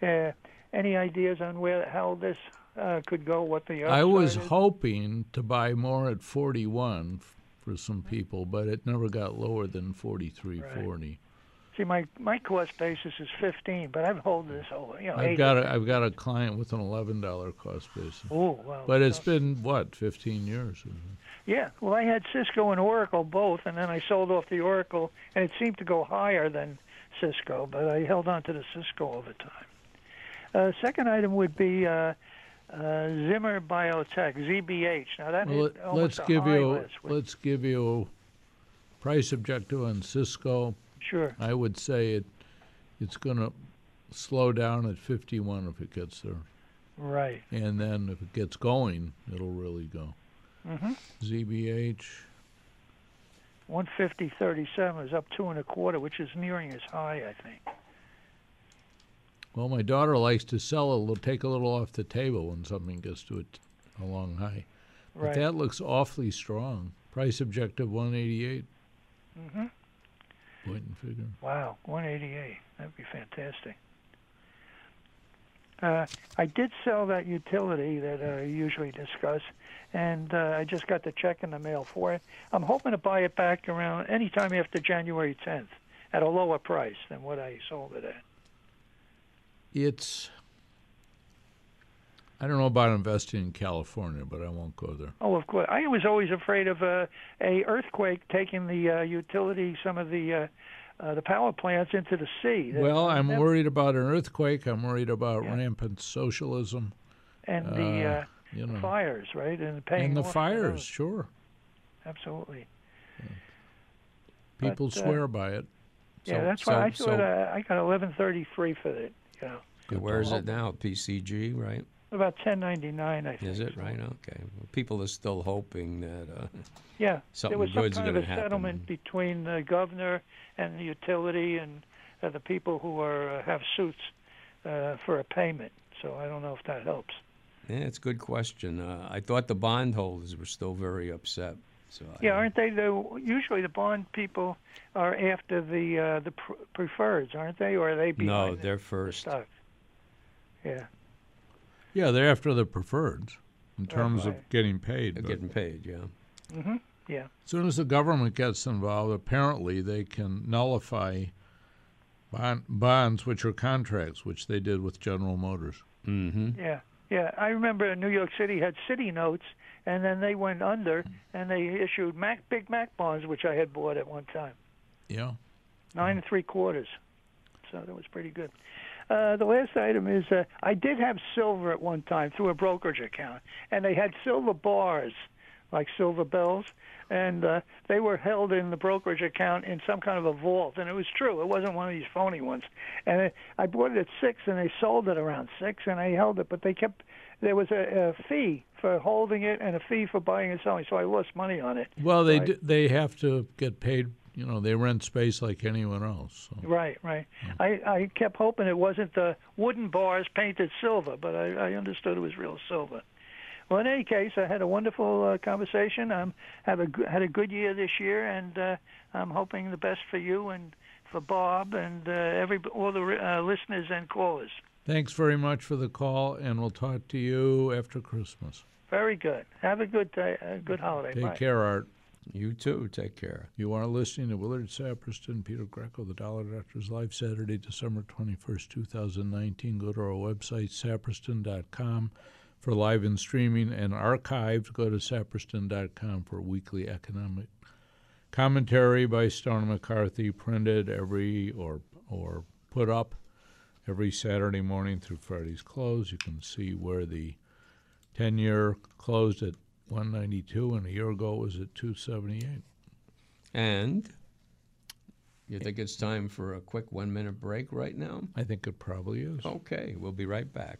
Speaker 5: Uh, any ideas on where how this uh, could go? What the
Speaker 1: I was
Speaker 5: upside is?
Speaker 1: hoping to buy more at 41 f- for some people, but it never got lower than 43.40.
Speaker 5: see my my cost basis is 15, but I've held this over you know
Speaker 1: I've
Speaker 5: 8
Speaker 1: got a, I've got a client with an $11 cost basis.
Speaker 5: Oh wow!
Speaker 1: But it's
Speaker 5: So-
Speaker 1: been what 15 years. isn't
Speaker 5: yeah. Well, I had Cisco and Oracle both, and then I sold off the Oracle, and it seemed to go higher than Cisco, but I held on to the Cisco over time. Uh, second item would be uh, uh, Zimmer Biotech ZBH. Now
Speaker 1: it?
Speaker 5: that
Speaker 1: Well,
Speaker 5: hit
Speaker 1: let-
Speaker 5: almost
Speaker 1: let's
Speaker 5: a
Speaker 1: give
Speaker 5: high
Speaker 1: you
Speaker 5: last week.
Speaker 1: let's give you price objective on Cisco.
Speaker 5: Sure.
Speaker 1: I would say it it's going to slow down at 51 if it gets there.
Speaker 5: Right.
Speaker 1: And then if it gets going, it'll really go.
Speaker 5: Mm-hmm.
Speaker 1: ZBH
Speaker 5: One fifty thirty seven is up two and a quarter, which is nearing as high, I think.
Speaker 1: Well, my daughter likes to sell a little, take a little off the table when something gets to a, t- a long high. But
Speaker 5: Right.
Speaker 1: that looks awfully strong. Price objective 188.
Speaker 5: Mm-hmm.
Speaker 1: Point and figure.
Speaker 5: Wow, 188. That'd be fantastic. Uh, I did sell that utility that I usually discuss, and uh, I just got the check in the mail for it. I'm hoping to buy it back around any time after January 10th at a lower price than what I sold it at.
Speaker 1: It's. I don't know about investing in California, but I won't go there.
Speaker 5: Oh, of course. I was always afraid of uh, a earthquake taking the uh, utility, some of the uh, uh, the power plants into the sea. That-
Speaker 1: Well, I'm
Speaker 5: that-
Speaker 1: worried about an earthquake. I'm worried about rampant socialism.
Speaker 5: and the
Speaker 1: uh,
Speaker 5: uh,
Speaker 1: you know.
Speaker 5: fires, right? And paying
Speaker 1: And the
Speaker 5: more for those.
Speaker 1: fires, sure.
Speaker 5: Absolutely. But,
Speaker 1: People
Speaker 5: uh,
Speaker 1: swear by it.
Speaker 5: yeah,
Speaker 2: So-
Speaker 5: that's
Speaker 2: so-
Speaker 5: why I
Speaker 2: so-
Speaker 5: thought uh, I got eleven thirty three for it. You know,
Speaker 2: where is it now pcg right
Speaker 5: About 1099, I think.
Speaker 2: Is it right? Okay. Well, people are still hoping that. Uh, <laughs>
Speaker 5: Yeah.
Speaker 2: Something
Speaker 5: there was some
Speaker 2: good's
Speaker 5: kind of
Speaker 2: gonna
Speaker 5: a
Speaker 2: happen.
Speaker 5: settlement between the governor and the utility and uh, the people who are uh, have suits uh, for a payment. So I don't know if that helps.
Speaker 2: yeah, it's a good question. Uh, I thought the bondholders were still very upset. So I
Speaker 5: Yeah,
Speaker 2: don't-
Speaker 5: aren't they the usually the bond people are after the uh, the pr- preferreds, aren't they? Or are they
Speaker 2: no,
Speaker 5: behind the
Speaker 2: they're first.
Speaker 5: stocks? Yeah.
Speaker 1: Yeah, they're after the preferreds in terms of
Speaker 5: right.
Speaker 1: getting paid.
Speaker 2: They're
Speaker 1: but-
Speaker 2: getting paid. Yeah.
Speaker 5: Yeah.
Speaker 1: soon as the government gets involved, apparently they can nullify bond, bonds, which are contracts, which they did with General Motors.
Speaker 2: Mm-hmm.
Speaker 5: Yeah, yeah. I remember New York City had city notes, and then they went under, and they issued Mac big Mac bonds, which I had bought at one time,
Speaker 1: Yeah.
Speaker 5: nine and three quarters. So that was pretty good. Uh, the last item is uh, I did have silver at one time through a brokerage account, and they had silver bars, like silver bells, and uh, they were held in the brokerage account in some kind of a vault. And it was true; it wasn't one of these phony ones. And it, I bought it at six, and they sold it around six, and I held it, but they kept there was a, a fee for holding it and a fee for buying and selling, so I lost money on it.
Speaker 1: Well, they
Speaker 5: Right.
Speaker 1: d- they have to get paid. You know, they rent space like anyone else. So.
Speaker 5: Right, right. I, I kept hoping it wasn't the wooden bars painted silver, but I, I understood it was real silver. Well, in any case, I had a wonderful uh, conversation. I'm have a g- had a good year this year, and uh, I'm hoping the best for you and for Bob and uh, every all the uh, listeners and callers.
Speaker 1: Thanks very much for the call, and we'll talk to you after Christmas.
Speaker 5: Very good. Have a good day, a good holiday.
Speaker 1: Take
Speaker 5: Bye.
Speaker 1: care, Art.
Speaker 2: You too. Take care.
Speaker 1: You are listening to Willard Saperston, Peter Greco, The Dollar Doctors Live, Saturday, December 21st, 2019. Go to our website, saperston.com, for live and streaming and archived. Go to saperston.com for weekly economic commentary by Stone McCarthy, printed every or, or put up every Saturday morning through Friday's close. You can see where the 10 year closed at 192, and a year ago it was at 278.
Speaker 2: And you think it's time for a quick one minute break right now?
Speaker 1: I think it probably is.
Speaker 2: Okay, we'll be right back.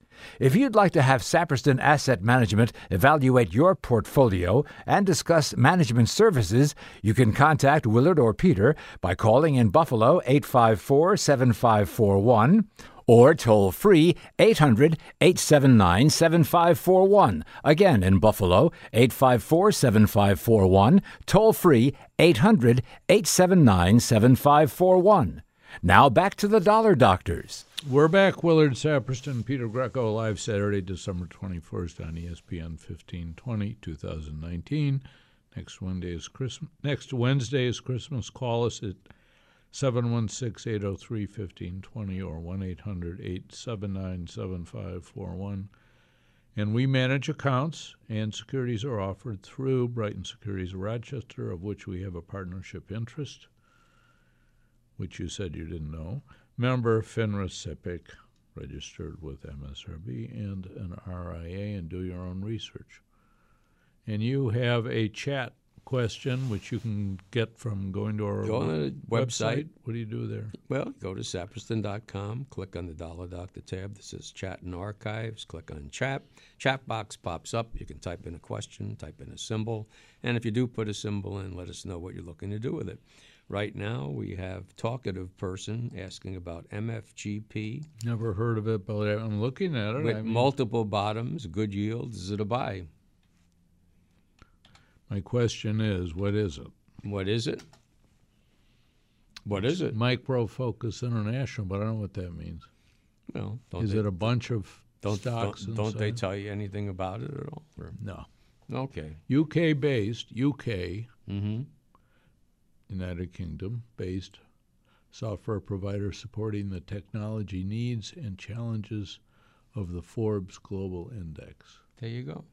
Speaker 6: If you'd like to have Saperston Asset Management evaluate your portfolio and discuss management services, you can contact Willard or Peter by calling in Buffalo 854 7541 or toll free 800 879 7541. Again, in Buffalo 854 7541, toll free 800 879 7541. Now back to the Dollar Doctors.
Speaker 1: We're back, Willard Saperston, Peter Greco, live Saturday, December 21st on E ESPN 1520, 2019. Next Wednesday is Christmas. Next Wednesday is Christmas. Call us at 716-803-1520 or 1-800-879-7541. And we manage accounts, and securities are offered through Brighton Securities of Rochester, of which we have a partnership interest. which you said you didn't know, member FINRA SIPC, registered with MSRB and an RIA, and do your own research. And you have a chat question which you can get from going to our
Speaker 2: Go on the website.
Speaker 1: What do you do there?
Speaker 2: Well, go to sapperston.com, click on the Dollar Doctor tab that says Chat and Archives, click on Chat. Chat box pops up. You can type in a question, type in a symbol, and if you do put a symbol in, let us know what you're looking to do with it. Right now, we have talkative person asking about MFGP
Speaker 1: Never heard of it, but I'm looking at it.
Speaker 2: with
Speaker 1: I mean,
Speaker 2: multiple bottoms, good yields. Is it a buy?
Speaker 1: my question is, what is it?
Speaker 2: What is it? What is it?
Speaker 1: Micro Focus International, but I don't know what that means.
Speaker 2: Well, don't
Speaker 1: Is
Speaker 2: they,
Speaker 1: it a bunch of
Speaker 2: don't,
Speaker 1: stocks?
Speaker 2: don't, don't they
Speaker 1: inside?
Speaker 2: tell you anything about it at all? Or-
Speaker 1: no.
Speaker 2: Okay.
Speaker 1: UK based, UK,
Speaker 2: Mm-hmm.
Speaker 1: United Kingdom based software provider supporting the technology needs and challenges of the Forbes Global Index.
Speaker 2: There you go.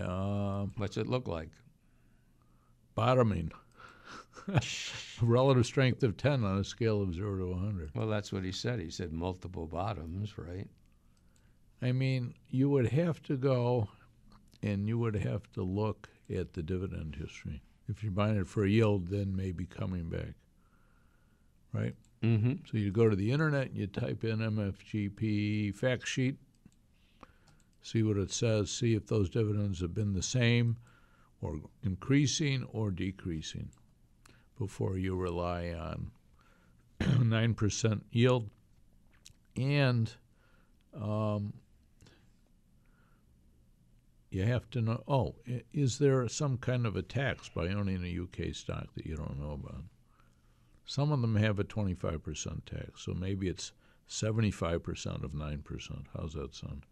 Speaker 1: Uh,
Speaker 2: What's it look like? <laughs>
Speaker 1: bottoming. Relative strength of 10 on a scale of 0 to 100.
Speaker 2: Well, that's what he said. He said multiple bottoms, right?
Speaker 1: I mean, you would have to go and you would have to look at the dividend history. If you're buying it for a yield, then maybe coming back. Right?
Speaker 2: Mm-hmm.
Speaker 1: So you go to the internet, you type in MFGP fact sheet, see what it says, see if those dividends have been the same or increasing or decreasing before you rely on <clears throat> 9% yield. And um, you have to know oh, i- is there some kind of a tax by owning a UK stock that you don't know about? Some of them have a 25% tax, so maybe it's 75% of 9%. How's that sound?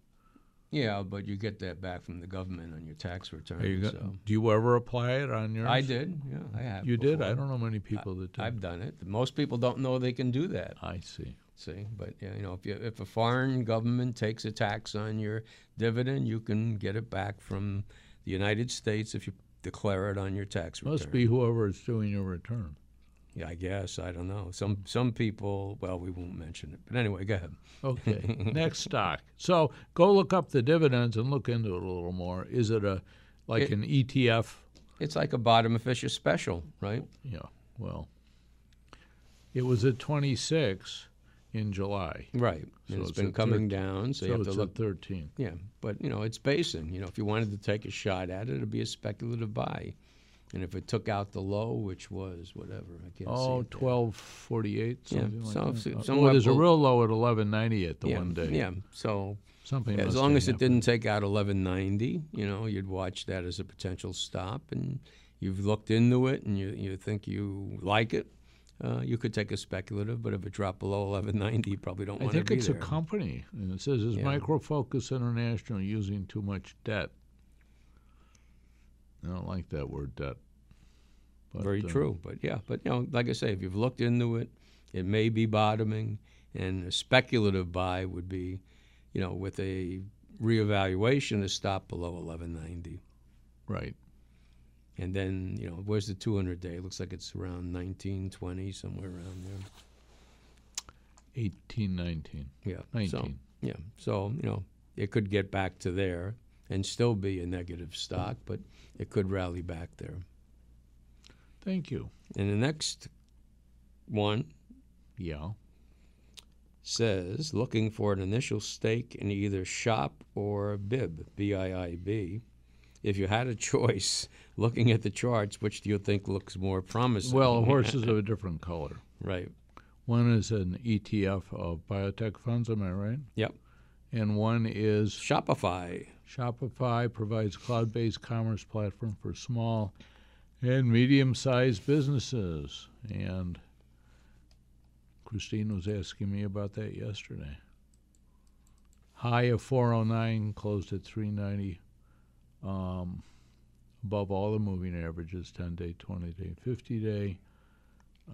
Speaker 2: Yeah, but you get that back from the government on your tax return.
Speaker 1: Are you go-
Speaker 2: so.
Speaker 1: Do you ever apply it on yours?
Speaker 2: I did. Yeah, I have.
Speaker 1: You did?
Speaker 2: before.
Speaker 1: I don't know many people that did.
Speaker 2: I've done it. Most people don't know they can do that.
Speaker 1: I see.
Speaker 2: See, but yeah, you know, if you, if a foreign government takes a tax on your dividend, you can get it back from the United States if you declare it on your tax return.
Speaker 1: Must be whoever is doing your return.
Speaker 2: Yeah, I guess I don't know. Some some people. Well, we won't mention it. But anyway, go ahead. <laughs>
Speaker 1: Okay, next stock. So go look up the dividends and look into it a little more. Is it a like
Speaker 2: It-
Speaker 1: an E ETF?
Speaker 2: It's like a bottom fisher special, right?
Speaker 1: Yeah. Well, it was at 26 in July,
Speaker 2: Right.
Speaker 1: So
Speaker 2: And it's
Speaker 1: it's
Speaker 2: been
Speaker 1: at
Speaker 2: coming down, so, you
Speaker 1: so
Speaker 2: have to
Speaker 1: it's
Speaker 2: look
Speaker 1: at 13.
Speaker 2: Yeah, but you know, it's basing. You know, if you wanted to take a shot at it, it'd be a speculative buy. And if it took out the low, which was whatever, I can't see.
Speaker 1: Oh,
Speaker 2: it now.
Speaker 1: 1248,
Speaker 2: Yeah,
Speaker 1: something like
Speaker 2: so if
Speaker 1: that.
Speaker 2: it-
Speaker 1: Oh, well, there's a
Speaker 2: somewhat-
Speaker 1: real low at 1190 at the
Speaker 2: yeah,
Speaker 1: one day.
Speaker 2: Yeah, so
Speaker 1: Something
Speaker 2: as
Speaker 1: must
Speaker 2: long
Speaker 1: have
Speaker 2: as it
Speaker 1: happened.
Speaker 2: didn't take out 1190, you know, you'd watch that as a potential stop. And you've looked into it and you, you think you like it, uh, you could take a speculative. But if it dropped below 1190, you probably don't
Speaker 1: I
Speaker 2: want to
Speaker 1: think
Speaker 2: be
Speaker 1: it's
Speaker 2: there.
Speaker 1: a company, and it says, "Is
Speaker 2: Yeah.
Speaker 1: Micro Focus International using too much debt?" I don't like that word, debt. But,
Speaker 2: Very
Speaker 1: uh,
Speaker 2: true. But yeah, but you know, like I say, if you've looked into it, it may be bottoming, and a speculative buy would be, you know, with a reevaluation, a stop below 1190,
Speaker 1: Right.
Speaker 2: and then you know, where's the 200 day? Looks like it's around 1920, somewhere around there.
Speaker 1: 18, 19.
Speaker 2: Yeah, So,
Speaker 1: 19.
Speaker 2: yeah, so you know, it could get back to there and still be a negative stock, but it could rally back there.
Speaker 1: Thank you.
Speaker 2: And the next one
Speaker 1: Yeah.
Speaker 2: says looking for an initial stake in either shop or bib b-i-i-b if you had a <laughs> choice looking at the charts which do you think looks more promising <laughs>
Speaker 1: Well, horses of a different color.
Speaker 2: right
Speaker 1: One is an ETF of biotech funds, am I right?
Speaker 2: yep
Speaker 1: And one is
Speaker 2: shopify
Speaker 1: Shopify provides cloud-based commerce platform for small and medium-sized businesses. And Christine was asking me about that yesterday. High of 409, closed at 390. Um, above all the moving averages, 10-day, 20-day, 50-day.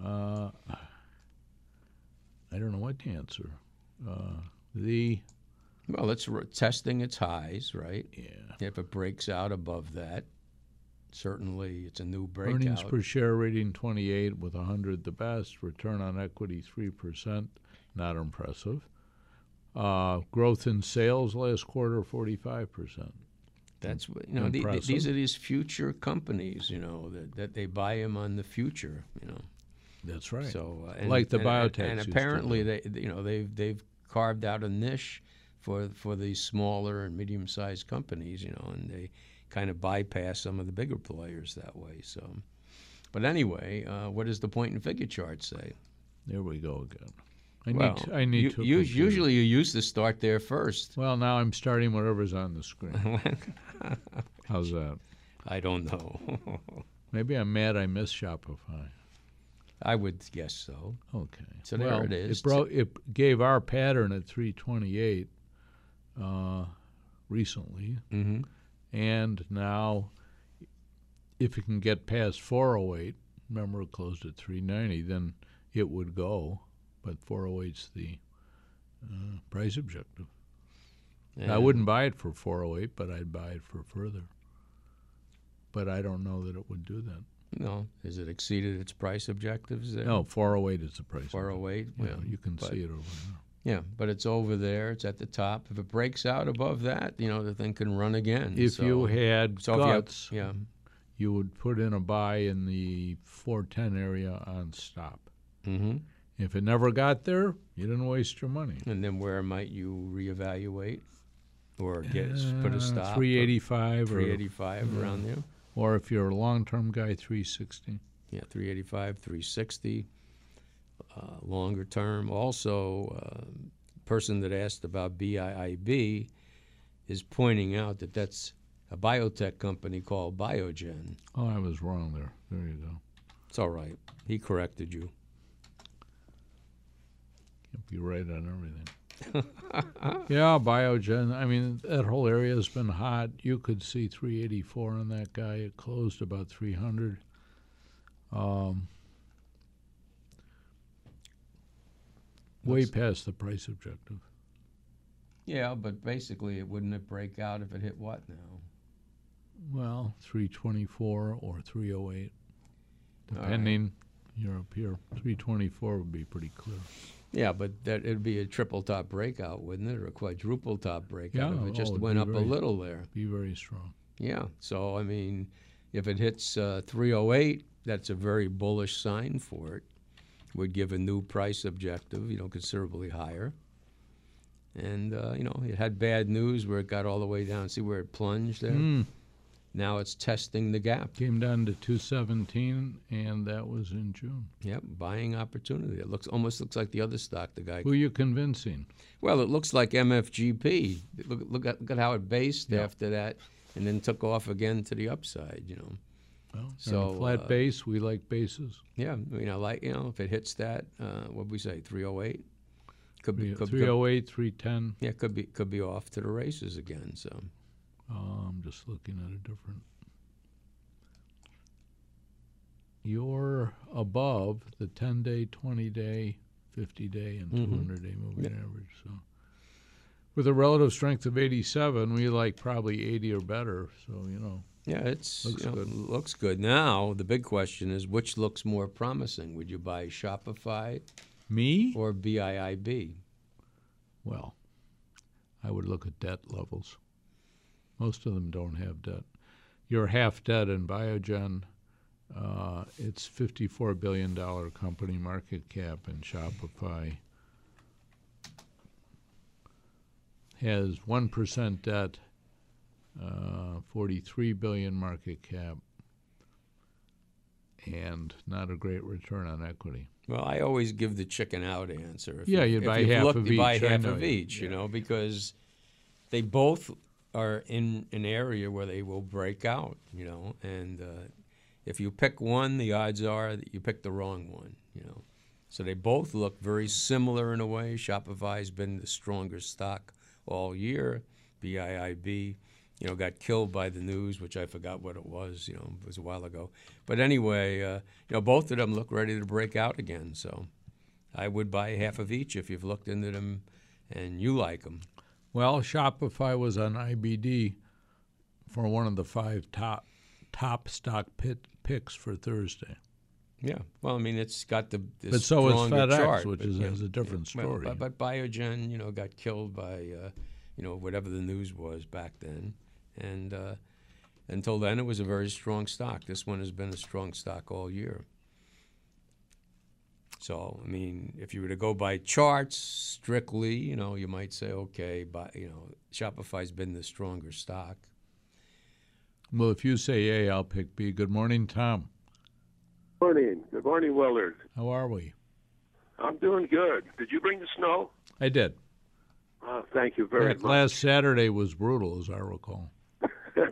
Speaker 1: Uh, I don't know what to answer. Uh, the
Speaker 2: well it's r testing its highs right
Speaker 1: yeah.
Speaker 2: if it breaks out above that certainly it's a new breakout
Speaker 1: Earnings per share rating 28 with 100 the best. Return on equity 3%, not impressive. Uh, growth in sales last quarter 45%.
Speaker 2: that's what you know the, the- these
Speaker 1: Impressive.
Speaker 2: are these future companies you know that, that they buy them on the future you know
Speaker 1: That's right.
Speaker 2: So uh,
Speaker 1: Like the biotechs
Speaker 2: and,
Speaker 1: used to
Speaker 2: apparently they, they- you know, they've they've carved out a niche for for these smaller and medium-sized companies, you know, and they kind of bypass some of the bigger players that way. So, but anyway, uh, what does the point and figure chart say?
Speaker 1: there we go again. I
Speaker 2: well,
Speaker 1: need to, I need
Speaker 2: you-
Speaker 1: to
Speaker 2: you-
Speaker 1: computer.
Speaker 2: usually you use the start there first.
Speaker 1: Well, now I'm starting whatever's on the
Speaker 2: <laughs>
Speaker 1: screen. How's that?
Speaker 2: I don't know. <laughs>
Speaker 1: Maybe I'm mad I missed Shopify.
Speaker 2: I would guess so.
Speaker 1: Okay.
Speaker 2: So there
Speaker 1: well,
Speaker 2: it is.
Speaker 1: It, bro- it gave our pattern at 328 uh, recently.
Speaker 2: hmm
Speaker 1: And now, if it can get past 408, remember it closed at 390, then it would go. But 408's the uh, price objective. I wouldn't buy it for 408, but I'd buy it for further. But I don't know that it would do that.
Speaker 2: No, has it exceeded its price objectives there?
Speaker 1: No, 408 is the price.
Speaker 2: 408?
Speaker 1: You, know, you can
Speaker 2: but-
Speaker 1: see it over there.
Speaker 2: Yeah, but it's over there. It's at the top. If it breaks out above that, you know, the thing can run again.
Speaker 1: If
Speaker 2: so,
Speaker 1: you had
Speaker 2: so if you-
Speaker 1: guts,
Speaker 2: yeah,
Speaker 1: you would put in a buy in the 410 area on stop.
Speaker 2: hmm
Speaker 1: If it never got there, you didn't waste your money.
Speaker 2: And then where might you reevaluate or get put
Speaker 1: Uh,
Speaker 2: a stop?
Speaker 1: 385 or,
Speaker 2: 385 around there.
Speaker 1: or if you're a long-term guy, 360.
Speaker 2: Yeah, 385, 360, uh, longer term. Also, um, person that asked about BIIB is pointing out that that's a biotech company called Biogen.
Speaker 1: Oh, I was wrong there. There you go.
Speaker 2: It's all right. He corrected you.
Speaker 1: Can't be right on everything. <laughs> yeah, Biogen. I mean, that whole area has been hot. You could see 384 on that guy. It closed about 300. Um, way past the price objective.
Speaker 2: Yeah, but basically, it wouldn't it break out if it hit what now?
Speaker 1: Well, 324 or 308,
Speaker 2: right.
Speaker 1: depending. You're up here. 324 would be pretty clear.
Speaker 2: Yeah, but that it'd be a triple top breakout, wouldn't it, or a quadruple top breakout
Speaker 1: Yeah,
Speaker 2: if it just
Speaker 1: oh, it'd
Speaker 2: went
Speaker 1: be
Speaker 2: up a
Speaker 1: very-
Speaker 2: little there.
Speaker 1: Be very strong.
Speaker 2: Yeah. So I mean, if it hits uh, 308, that's a very bullish sign for it. Would give a new price objective, you know, considerably higher. And uh, you know, it had bad news where it got all the way down. See where it plunged there.
Speaker 1: Mm.
Speaker 2: Now it's testing the gap.
Speaker 1: Came down to 217, and that was in June.
Speaker 2: Yep, buying opportunity. It looks almost looks like the other stock. The guy.
Speaker 1: Who are you convincing?
Speaker 2: Well, it looks like MFGP. Look, look at look at how it based
Speaker 1: Yeah.
Speaker 2: after that, and then took off again to the upside. You know.
Speaker 1: Well,
Speaker 2: So,
Speaker 1: so flat
Speaker 2: uh,
Speaker 1: base, we like bases.
Speaker 2: Yeah, I mean, I like you know if it hits that, uh, what would we say, three oh eight, could be,
Speaker 1: Three-
Speaker 2: could, could-
Speaker 1: 308, 310.
Speaker 2: yeah, could be could be off to the races again. So
Speaker 1: Oh, I'm just looking at a different. You're above the 10 day, 20 day, 50 day, and
Speaker 2: Mhm.
Speaker 1: 200 day moving average. So, with a relative strength of 87, we like probably 80 or better. So, you know,
Speaker 2: yeah, it's
Speaker 1: Looks
Speaker 2: you know,
Speaker 1: good.
Speaker 2: looks good. Now the big question is, which looks more promising? Would you buy Shopify
Speaker 1: me?
Speaker 2: or BIIB?
Speaker 1: Well, I would look at debt levels. Most of them don't have debt. You're half debt in Biogen. Uh, it's fifty-four billion dollar company market cap, and Shopify has one percent debt, uh, forty-three billion market cap, and not a great return on equity.
Speaker 2: Well, I always give the chicken out answer. If
Speaker 1: Yeah,
Speaker 2: you,
Speaker 1: you'd
Speaker 2: if
Speaker 1: buy
Speaker 2: you've
Speaker 1: half
Speaker 2: looked,
Speaker 1: of
Speaker 2: you buy
Speaker 1: each, I
Speaker 2: half
Speaker 1: know
Speaker 2: of
Speaker 1: you-
Speaker 2: each, you know, because they both are in an area where they will break out, you know, and uh, if you pick one, the odds are that you picked the wrong one, you know. So they both look very similar in a way. Shopify's been the stronger stock all year. BIIB, you know, got killed by the news, which I forgot what it was. You know, it was a while ago. But anyway, uh, you know, both of them look ready to break out again. So I would buy half of each if you've looked into them and you like them.
Speaker 1: Well, Shopify was on IBD for one of the five top top stock pit picks for Thursday.
Speaker 2: Yeah. Well, I mean, it's got the this
Speaker 1: But so is
Speaker 2: stronger
Speaker 1: FedEx,
Speaker 2: chart,
Speaker 1: which is-
Speaker 2: yeah,
Speaker 1: is a different
Speaker 2: yeah. Well,
Speaker 1: story.
Speaker 2: But, but Biogen, you know, got killed by, uh, you know, whatever the news was back then, and uh, until then, it was a very strong stock. This one has been a strong stock all year. So, I mean, if you were to go by charts strictly, you know, you might say, okay, but you know, Shopify's been the stronger stock.
Speaker 1: Well, if you say A, I'll pick B. Good morning, Tom.
Speaker 7: Morning. Good morning, Willard.
Speaker 1: How are we?
Speaker 7: I'm doing good. Did you bring the snow?
Speaker 1: I did.
Speaker 7: Oh, thank you very
Speaker 1: That
Speaker 7: much.
Speaker 1: last Saturday was brutal, as I recall.
Speaker 7: <laughs> yes.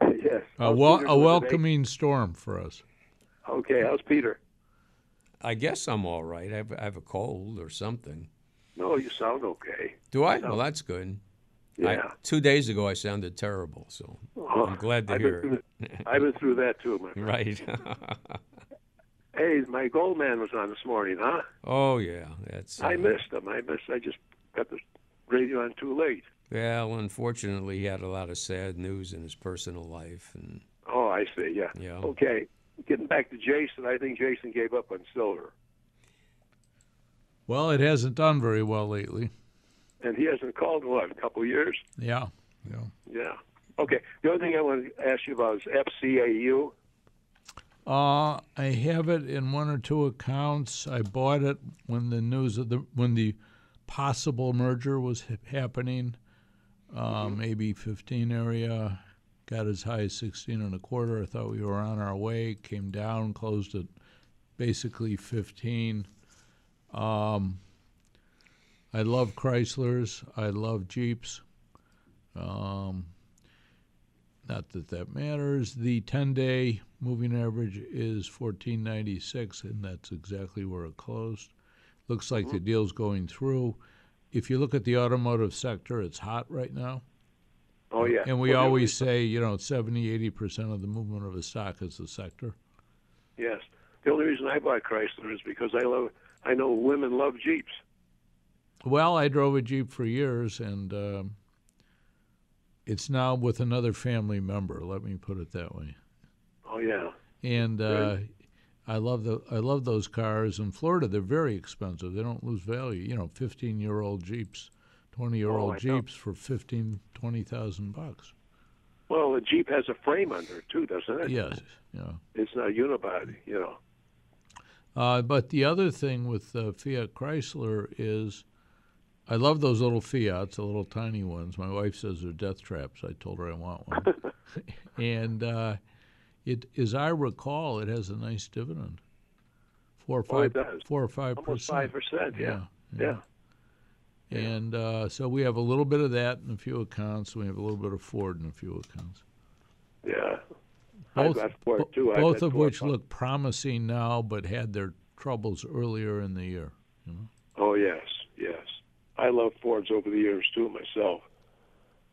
Speaker 1: A,
Speaker 7: How's
Speaker 1: wel-
Speaker 7: Peter
Speaker 1: a
Speaker 2: eh?
Speaker 7: doing
Speaker 1: welcoming storm for us.
Speaker 7: today? Okay. How's Peter?
Speaker 2: I guess I'm all right. I have, I have a cold or something.
Speaker 7: No, you sound okay.
Speaker 2: Do I? Well, that's good.
Speaker 7: Yeah.
Speaker 2: I, two days ago, I sounded terrible, so
Speaker 7: Oh,
Speaker 2: I'm glad to
Speaker 7: <laughs> I've
Speaker 2: hear
Speaker 7: Been
Speaker 2: it. <laughs>
Speaker 7: through, I've been through that too, my friend.
Speaker 2: Right.
Speaker 7: Hey, my gold man was on this morning, huh?
Speaker 2: Oh yeah, that's.
Speaker 7: I
Speaker 2: uh,
Speaker 7: missed him. I missed. I just got the radio on too late.
Speaker 2: Well, unfortunately, he had a lot of sad news in his personal life, and
Speaker 7: Oh, I see. Yeah.
Speaker 2: Yeah.
Speaker 7: Okay. Getting back to Jason, I think Jason gave up on silver,
Speaker 1: Well, it hasn't done very well lately.
Speaker 7: and he hasn't called in what a couple of years.
Speaker 1: Yeah. Yeah.
Speaker 7: Yeah. Okay. The other thing I want to ask you about is FCAU.
Speaker 1: Uh, I have it in one or two accounts. I bought it when the news of the when the possible merger was ha- happening, uh, maybe 15 area. Got as high as 16 and a quarter. I thought we were on our way. Came down, closed at basically 15. Um, I love Chryslers. I love Jeeps. Um, not that that matters. The 10 day moving average is 1496, and that's exactly where it closed. Looks like the deal's going through. If you look at the automotive sector, it's hot right now.
Speaker 7: Oh yeah.
Speaker 1: And we
Speaker 7: Well,
Speaker 1: always say, you know, 70, 80% of the movement of a stock is the sector.
Speaker 7: Yes. The only reason I bought Chrysler is because I love. I know women love Jeeps.
Speaker 1: Well, I drove a Jeep for years, and um, it's now with another family member, let me put it that way.
Speaker 7: Oh yeah.
Speaker 1: and uh, I love the I love those cars in Florida. They're very expensive. They don't lose value. You know, fifteen year old Jeeps, twenty year
Speaker 7: Oh,
Speaker 1: old
Speaker 7: I know.
Speaker 1: Jeeps for fifteen twenty thousand bucks.
Speaker 7: Well, a Jeep has a frame under it too, doesn't it?
Speaker 1: Yes, yeah.
Speaker 7: It's not unibody, you know.
Speaker 1: Uh, but the other thing with uh, Fiat Chrysler is, I love those little Fiats, the little tiny ones. My wife says they're death traps. I told her I want
Speaker 7: <laughs>
Speaker 1: one, and uh, it, as I recall, it has a nice dividend, four or
Speaker 7: Oh, it
Speaker 1: five,
Speaker 7: does.
Speaker 1: four or five
Speaker 7: Almost
Speaker 1: percent.
Speaker 7: five percent. Yeah.
Speaker 1: Yeah,
Speaker 7: Yeah. Yeah.
Speaker 1: And uh, so we have a little bit of that in a few accounts. We have a little bit of Ford in a few accounts.
Speaker 7: Yeah. I
Speaker 1: Both,
Speaker 7: got four
Speaker 1: bo-
Speaker 7: too. I
Speaker 1: both
Speaker 7: got
Speaker 1: of
Speaker 7: four
Speaker 1: which
Speaker 7: bucks.
Speaker 1: look promising now, but had their troubles earlier in the year.
Speaker 7: Oh yes, yes. I love Fords over the years too myself.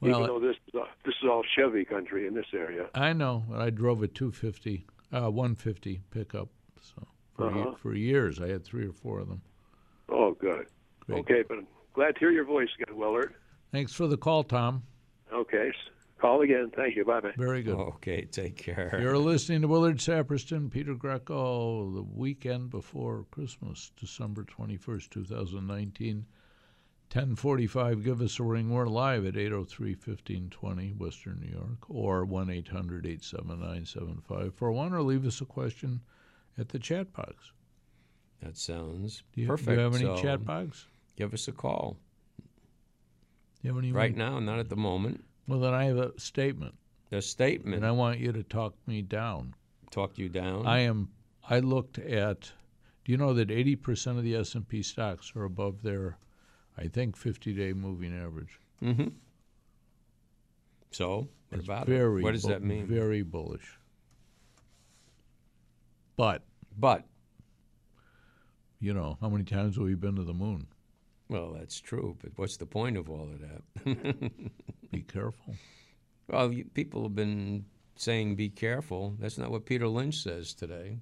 Speaker 7: Even
Speaker 1: Well,
Speaker 7: though this is all- this is all Chevy country in this area.
Speaker 1: I know. I drove a 250, uh, 150 pickup. So for, ye-
Speaker 7: Uh-huh.
Speaker 1: for years, I had three or four of them.
Speaker 7: Oh, good.
Speaker 1: Great.
Speaker 7: Okay, but I'm glad to hear your voice again, Willard.
Speaker 1: Thanks for the call,
Speaker 2: <laughs>
Speaker 1: Tom.
Speaker 7: Okay, s- call again. Thank you. Bye bye.
Speaker 1: Very good.
Speaker 2: okay, take care.
Speaker 1: You're listening to Willard Saperston, Peter Greco, the weekend before Christmas, December 21st, 2019. 1045, give us a ring. We're live at 803-1520 Western New York or 1-800-879-7541 or leave us a question at the chat box.
Speaker 2: That sounds
Speaker 1: Do you,
Speaker 2: perfect.
Speaker 1: do you have any
Speaker 2: so
Speaker 1: chat box?
Speaker 2: Give us a call
Speaker 1: Do you have any
Speaker 2: right now, not at the moment.
Speaker 1: Well, then I have a statement,
Speaker 2: The statement
Speaker 1: and I want you to talk me down.
Speaker 2: talked you down.
Speaker 1: I am. I looked at. Do you know that eighty percent of the S and P stocks are above their, I think, fifty-day moving average.
Speaker 2: mm-hmm. So what
Speaker 1: It's
Speaker 2: about
Speaker 1: very.
Speaker 2: it? What does
Speaker 1: bu-
Speaker 2: that mean?
Speaker 1: Very bullish. But
Speaker 2: But
Speaker 1: you know how many times have we been to the moon?
Speaker 2: well, that's true. But what's the point of all of that? <laughs>
Speaker 1: Be careful.
Speaker 2: well, you- people have been saying be careful. That's not what Peter Lynch says today.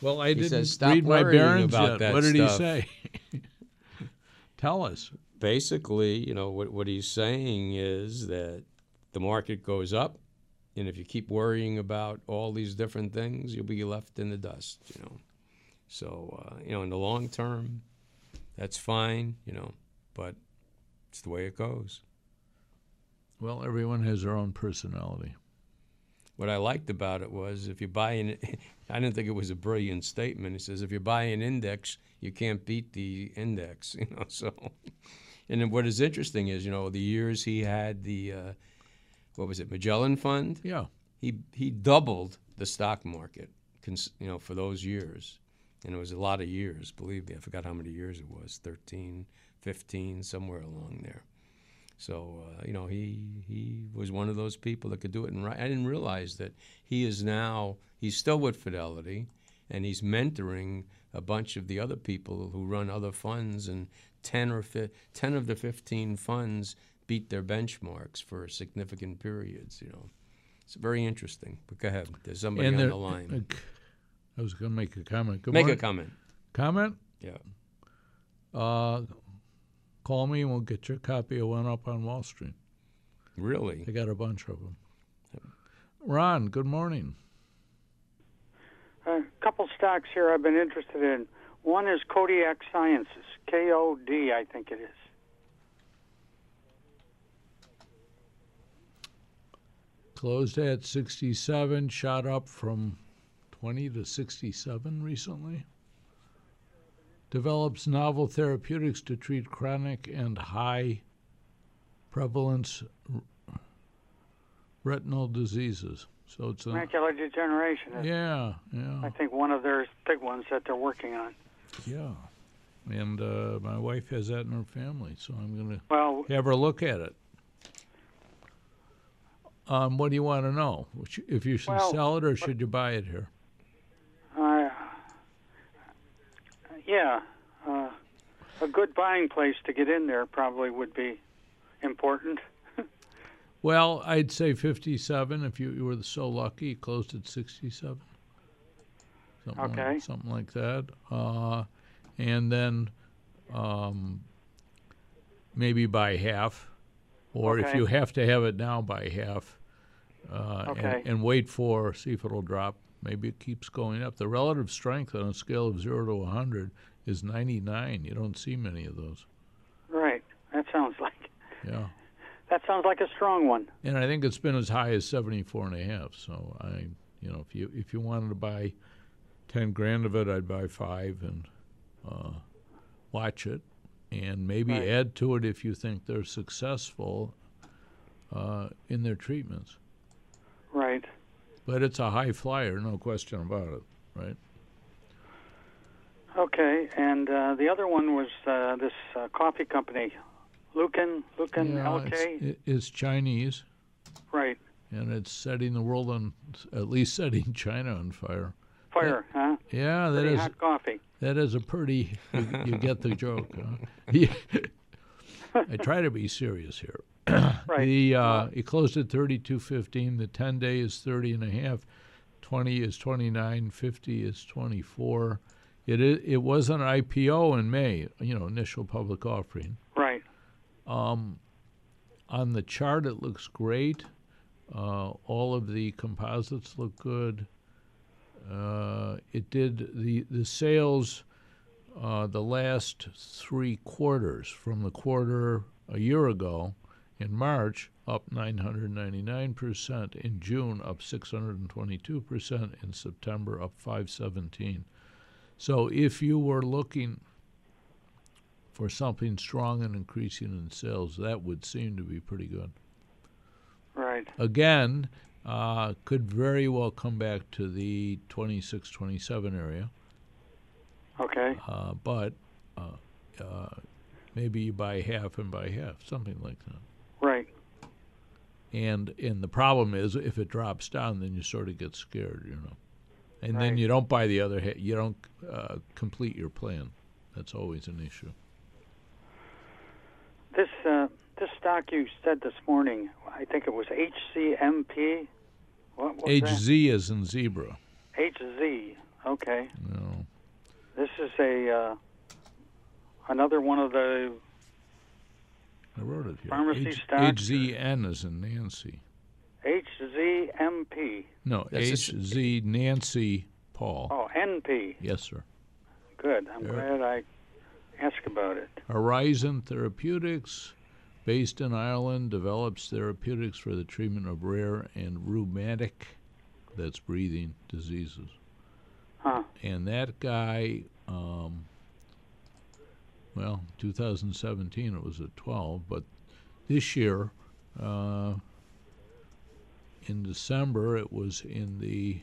Speaker 1: Well, I
Speaker 2: didn't
Speaker 1: didn't
Speaker 2: stop
Speaker 1: read my
Speaker 2: worrying
Speaker 1: bearings
Speaker 2: about
Speaker 1: yet.
Speaker 2: that
Speaker 1: what did
Speaker 2: stuff.
Speaker 1: he say? Tell us.
Speaker 2: basically, you know, what, what he's saying is that the market goes up, and if you keep worrying about all these different things, you'll be left in the dust, you know. So, uh, you know, in the long term, that's fine, you know, but it's the way it goes.
Speaker 1: Well, everyone has their own personality.
Speaker 2: What I liked about it was if you buy an, <laughs> I didn't think it was a brilliant statement. It says if you buy an index, you can't beat the index, <laughs> you know. So, and then what is interesting is you know the years he had the, uh, what was it Magellan Fund?
Speaker 1: Yeah.
Speaker 2: He he doubled the stock market, cons- you know, for those years, and it was a lot of years. Believe me, I forgot how many years it was 13, 15, somewhere along there. So uh, you know, he he was one of those people that could do it. And right, I didn't realize that he is now he's still with Fidelity, and he's mentoring a bunch of the other people who run other funds. And ten or fi- ten of the fifteen funds beat their benchmarks for significant periods. You know, it's very interesting. But go ahead. There's somebody on
Speaker 1: there-
Speaker 2: the line.
Speaker 1: uh, I was going to make a comment. Good
Speaker 2: Make a
Speaker 1: morning.
Speaker 2: comment.
Speaker 1: comment.
Speaker 2: Yeah.
Speaker 1: Uh, call me and we'll get your copy of One Up on Wall Street.
Speaker 2: Really?
Speaker 1: I got a bunch of them. Ron, good morning.
Speaker 8: A couple stocks here I've been interested in. One is Kodiak Sciences, K O D, I think it is.
Speaker 1: Closed at 67, shot up from 20 to 67 recently. Develops novel therapeutics to treat chronic and high prevalence r- retinal diseases. So it's a,
Speaker 8: Macular degeneration is,
Speaker 1: Oh. yeah,
Speaker 8: I
Speaker 1: yeah,
Speaker 8: think, one of their big ones that they're working on.
Speaker 1: yeah. And uh, my wife has that in her family, so I'm going to
Speaker 8: Well,
Speaker 1: have her look at it. Um, what do you want to know? Which- If you should
Speaker 8: Well,
Speaker 1: sell it or should you buy it here?
Speaker 8: I, Uh, yeah, uh, a good buying place to get in there probably would be important.
Speaker 1: Well, I'd say 57 if you, you were so lucky. It Closed at 67. Something
Speaker 8: Okay.
Speaker 1: Like, something like that. Uh, and then um, maybe by half, or if
Speaker 8: Okay.
Speaker 1: you have to have it now, by half. Uh,
Speaker 8: Okay.
Speaker 1: and, and wait for, see if it'll drop. Maybe it keeps going up. The relative strength on a scale of 0 to 100 is 99. You don't see many of those.
Speaker 8: Right. That sounds like
Speaker 1: Yeah.
Speaker 8: that sounds like a strong one.
Speaker 1: And I think it's been as high as 74 and a half. So I, you know, if you if you wanted to buy 10 grand of it, I'd buy five and uh, watch it, and maybe
Speaker 8: Right.
Speaker 1: add to it if you think they're successful uh, in their treatments.
Speaker 8: Right.
Speaker 1: But it's a high flyer, no question about it, right?
Speaker 8: Okay. And uh, the other one was uh, this uh, coffee company, Lucan Lucan
Speaker 1: it's,
Speaker 8: LK.
Speaker 1: it- it's Chinese,
Speaker 8: Right.
Speaker 1: and it's setting the world on, at least setting <laughs> China on fire.
Speaker 8: Fire, huh?
Speaker 1: Yeah, that
Speaker 8: Pretty
Speaker 1: is.
Speaker 8: hot coffee.
Speaker 1: That is a pretty. You, you get the joke. Huh? <laughs> Yeah. I try to be serious here.
Speaker 8: <coughs> Right.
Speaker 1: The uh, it closed at 32.15. The 10 day is 30 and a half. 20 is 29. 50 is 24. It is, it was an IPO in May. You know, initial public offering. Um,
Speaker 8: right.
Speaker 1: On the chart, it looks great. Uh, all of the composites look good. Uh, it did the the sales uh, the last three quarters from the quarter a year ago in March up 999 percent in June up 622 percent in September up 517. So if you were looking for something strong and increasing in sales, that would seem to be pretty good
Speaker 8: Right.
Speaker 1: again uh, could very well come back to the 26 27 area
Speaker 8: Okay.
Speaker 1: uh, but uh, uh, maybe you buy half and buy half something like that
Speaker 8: Right.
Speaker 1: and and the problem is if it drops down then you sort of get scared you know and then
Speaker 8: Right.
Speaker 1: you don't buy the other half you don't uh, complete your plan that's always an issue
Speaker 8: This uh, this stock you said this morning, I think it was HCMP. What was that?
Speaker 1: hz is in zebra
Speaker 8: HZ. Okay.
Speaker 1: you know.
Speaker 8: This is a uh, another one of the
Speaker 1: i wrote it here
Speaker 8: Pharmacy
Speaker 1: H-
Speaker 8: stocks are-
Speaker 1: hzn is in nancy
Speaker 8: HZMP.
Speaker 1: no
Speaker 2: That's a-
Speaker 1: hz nancy paul
Speaker 8: Oh, NP.
Speaker 1: yes sir
Speaker 8: Good. I'm
Speaker 1: Yeah.
Speaker 8: glad I asked about it.
Speaker 1: Horizon Therapeutics, based in Ireland, develops therapeutics for the treatment of rare and rheumatic, that's breathing, diseases.
Speaker 8: Huh.
Speaker 1: And that guy, um, well, 2017 it was at 12, but this year, uh, in December, it was in the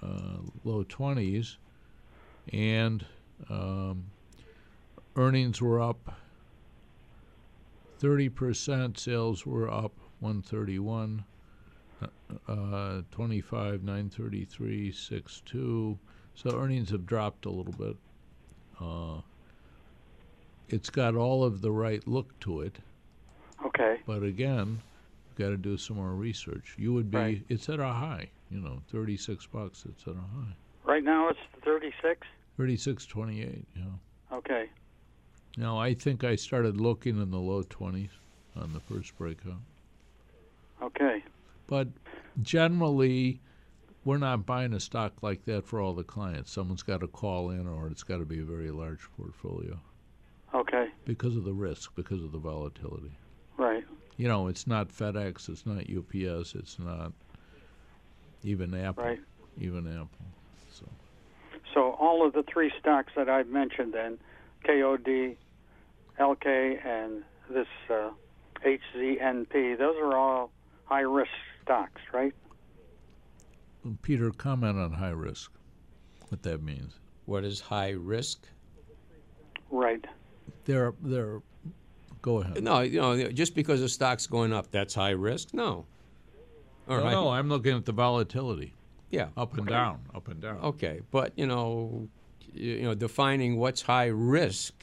Speaker 1: uh, low 20s, and um, earnings were up 30%, sales were up 131, uh, 25, 933, 62. So earnings have dropped a little bit. Uh, it's got all of the right look to it,
Speaker 8: Okay.
Speaker 1: but again, you've got to do some more research. You would be,
Speaker 8: Right.
Speaker 1: it's at a high, you know, 36 bucks, it's at a high.
Speaker 8: Right now it's 36.
Speaker 1: 36.28, yeah.
Speaker 8: Okay.
Speaker 1: Now, I think I started looking in the low 20s on the first breakout.
Speaker 8: Okay.
Speaker 1: But generally, we're not buying a stock like that for all the clients. Someone's got to call in, or it's got to be a very large portfolio
Speaker 8: Okay.
Speaker 1: because of the risk, because of the volatility.
Speaker 8: Right.
Speaker 1: You know, it's not FedEx, it's not UPS, it's not even Apple.
Speaker 8: Right.
Speaker 1: Even Apple. So
Speaker 8: So all of the three stocks that I've mentioned then, KOD, LK, and this uh, HZNP, those are all high risk stocks, right?
Speaker 1: Peter, comment on high risk, what that means.
Speaker 2: What is high risk?
Speaker 8: Right.
Speaker 1: There, there. Go ahead.
Speaker 2: No, you know, just because a stock's going up, that's high risk. No.
Speaker 1: No,
Speaker 2: All right.
Speaker 1: no, I'm looking at the volatility,
Speaker 2: Yeah.
Speaker 1: up and down, up and down.
Speaker 2: Okay, but you know, you you know, defining what's high risk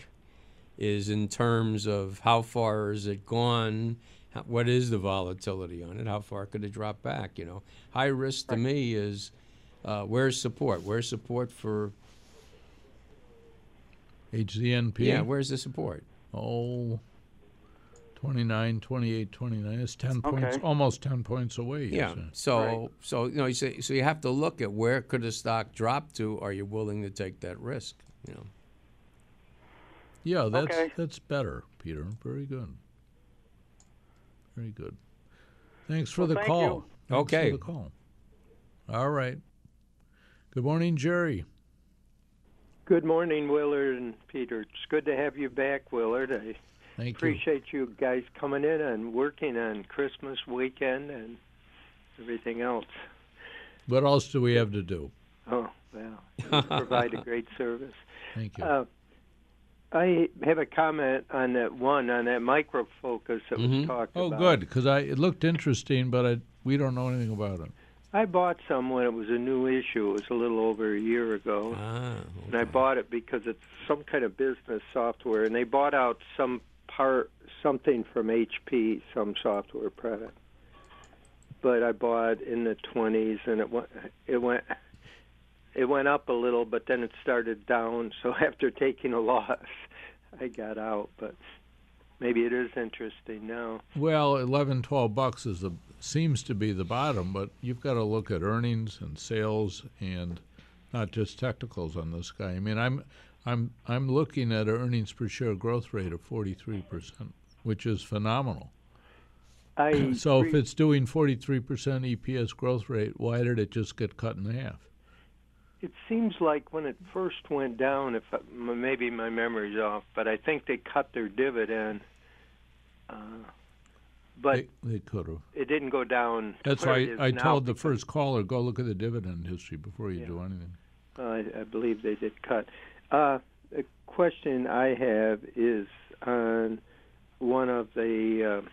Speaker 2: is in terms of how far is it gone? How, what is the volatility on it? How far could it drop back? You know, high risk to me is uh, where's support? Where's support for?
Speaker 1: HZNP.
Speaker 2: Yeah, where's the support?
Speaker 1: Oh, 29, 28, 29. It's 10 points,
Speaker 8: Okay.
Speaker 1: almost 10 points away. you
Speaker 2: Yeah.
Speaker 1: said.
Speaker 2: So
Speaker 8: Right.
Speaker 2: so you know you say, so you have to look at where could a stock drop to? Are you willing to take that risk? You know.
Speaker 1: Yeah, that's
Speaker 8: Okay.
Speaker 1: that's better, Peter. Very good. Very good. Thanks for
Speaker 8: Well,
Speaker 1: the
Speaker 8: thank
Speaker 1: call.
Speaker 8: you.
Speaker 1: Thanks
Speaker 2: Okay.
Speaker 1: For the call. All right. Good morning, Jerry.
Speaker 9: Good morning, Willard and Peter. It's good to have you back, Willard. I
Speaker 1: Thank you.
Speaker 9: appreciate you guys coming in and working on Christmas weekend and everything else.
Speaker 1: What else do we have to do?
Speaker 9: Oh, well, you provide a great service.
Speaker 1: Thank you.
Speaker 9: Uh, I have a comment on that one, on that micro focus that was talked
Speaker 1: oh,
Speaker 9: about.
Speaker 1: good, because I it looked interesting, but I we don't know anything about it.
Speaker 9: I bought some when it was a new issue. It was a little over a year ago.
Speaker 2: Ah.
Speaker 9: and I bought it because it's some kind of business software, and they bought out some part, something from HP, some software product. But I bought in the twenties, and it went, it went, it went up a little, but then it started down. So <laughs> after taking a loss, I got out. But maybe it is interesting now.
Speaker 1: Well, 11, 12 bucks is the seems to be the bottom, but you've got to look at earnings and sales and not just technicals on this guy. I mean, I'm I'm I'm looking at an earnings per share growth rate of 43%, which is phenomenal.
Speaker 9: I
Speaker 1: So if
Speaker 9: re-
Speaker 1: it's doing 43% EPS growth rate, why did it just get cut in half?
Speaker 9: It seems like when it first went down, if I, m- maybe my memory's off, but I think they cut their dividend. Uh, but
Speaker 1: They, they could have.
Speaker 9: it didn't go down. to
Speaker 1: That's
Speaker 9: where
Speaker 1: why
Speaker 9: it is
Speaker 1: I
Speaker 9: now
Speaker 1: told the
Speaker 9: because,
Speaker 1: first caller, go look at the dividend history before you do anything.
Speaker 9: uh, I, I believe they did cut. Uh, the question I have is on one of the um,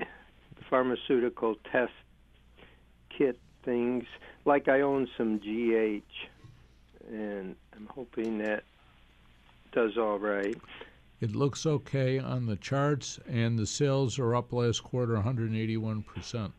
Speaker 9: uh, pharmaceutical test kit things. Like I own some GH, and I'm hoping that does all right.
Speaker 1: It looks okay on the charts, and the sales are up last quarter 181%.
Speaker 9: Seems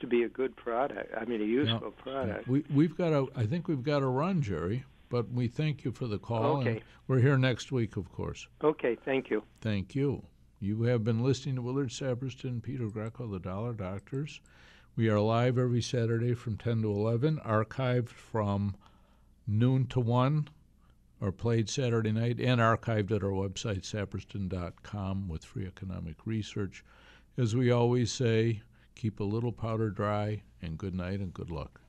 Speaker 9: to be a good product. I mean, a useful product.
Speaker 1: We, we've got a, I think we've got a run, Jerry, but we thank you for the call. And
Speaker 9: Okay.
Speaker 1: we're here next week, of course.
Speaker 9: Okay, thank you.
Speaker 1: Thank you. You have been listening to Willard Saperston, Peter Greco, The Dollar Doctors. We are live every Saturday from 10 to 11, archived from noon to 1, or played Saturday night, and archived at our website, saperston.com, with free economic research. As we always say, keep a little powder dry, and good night and good luck.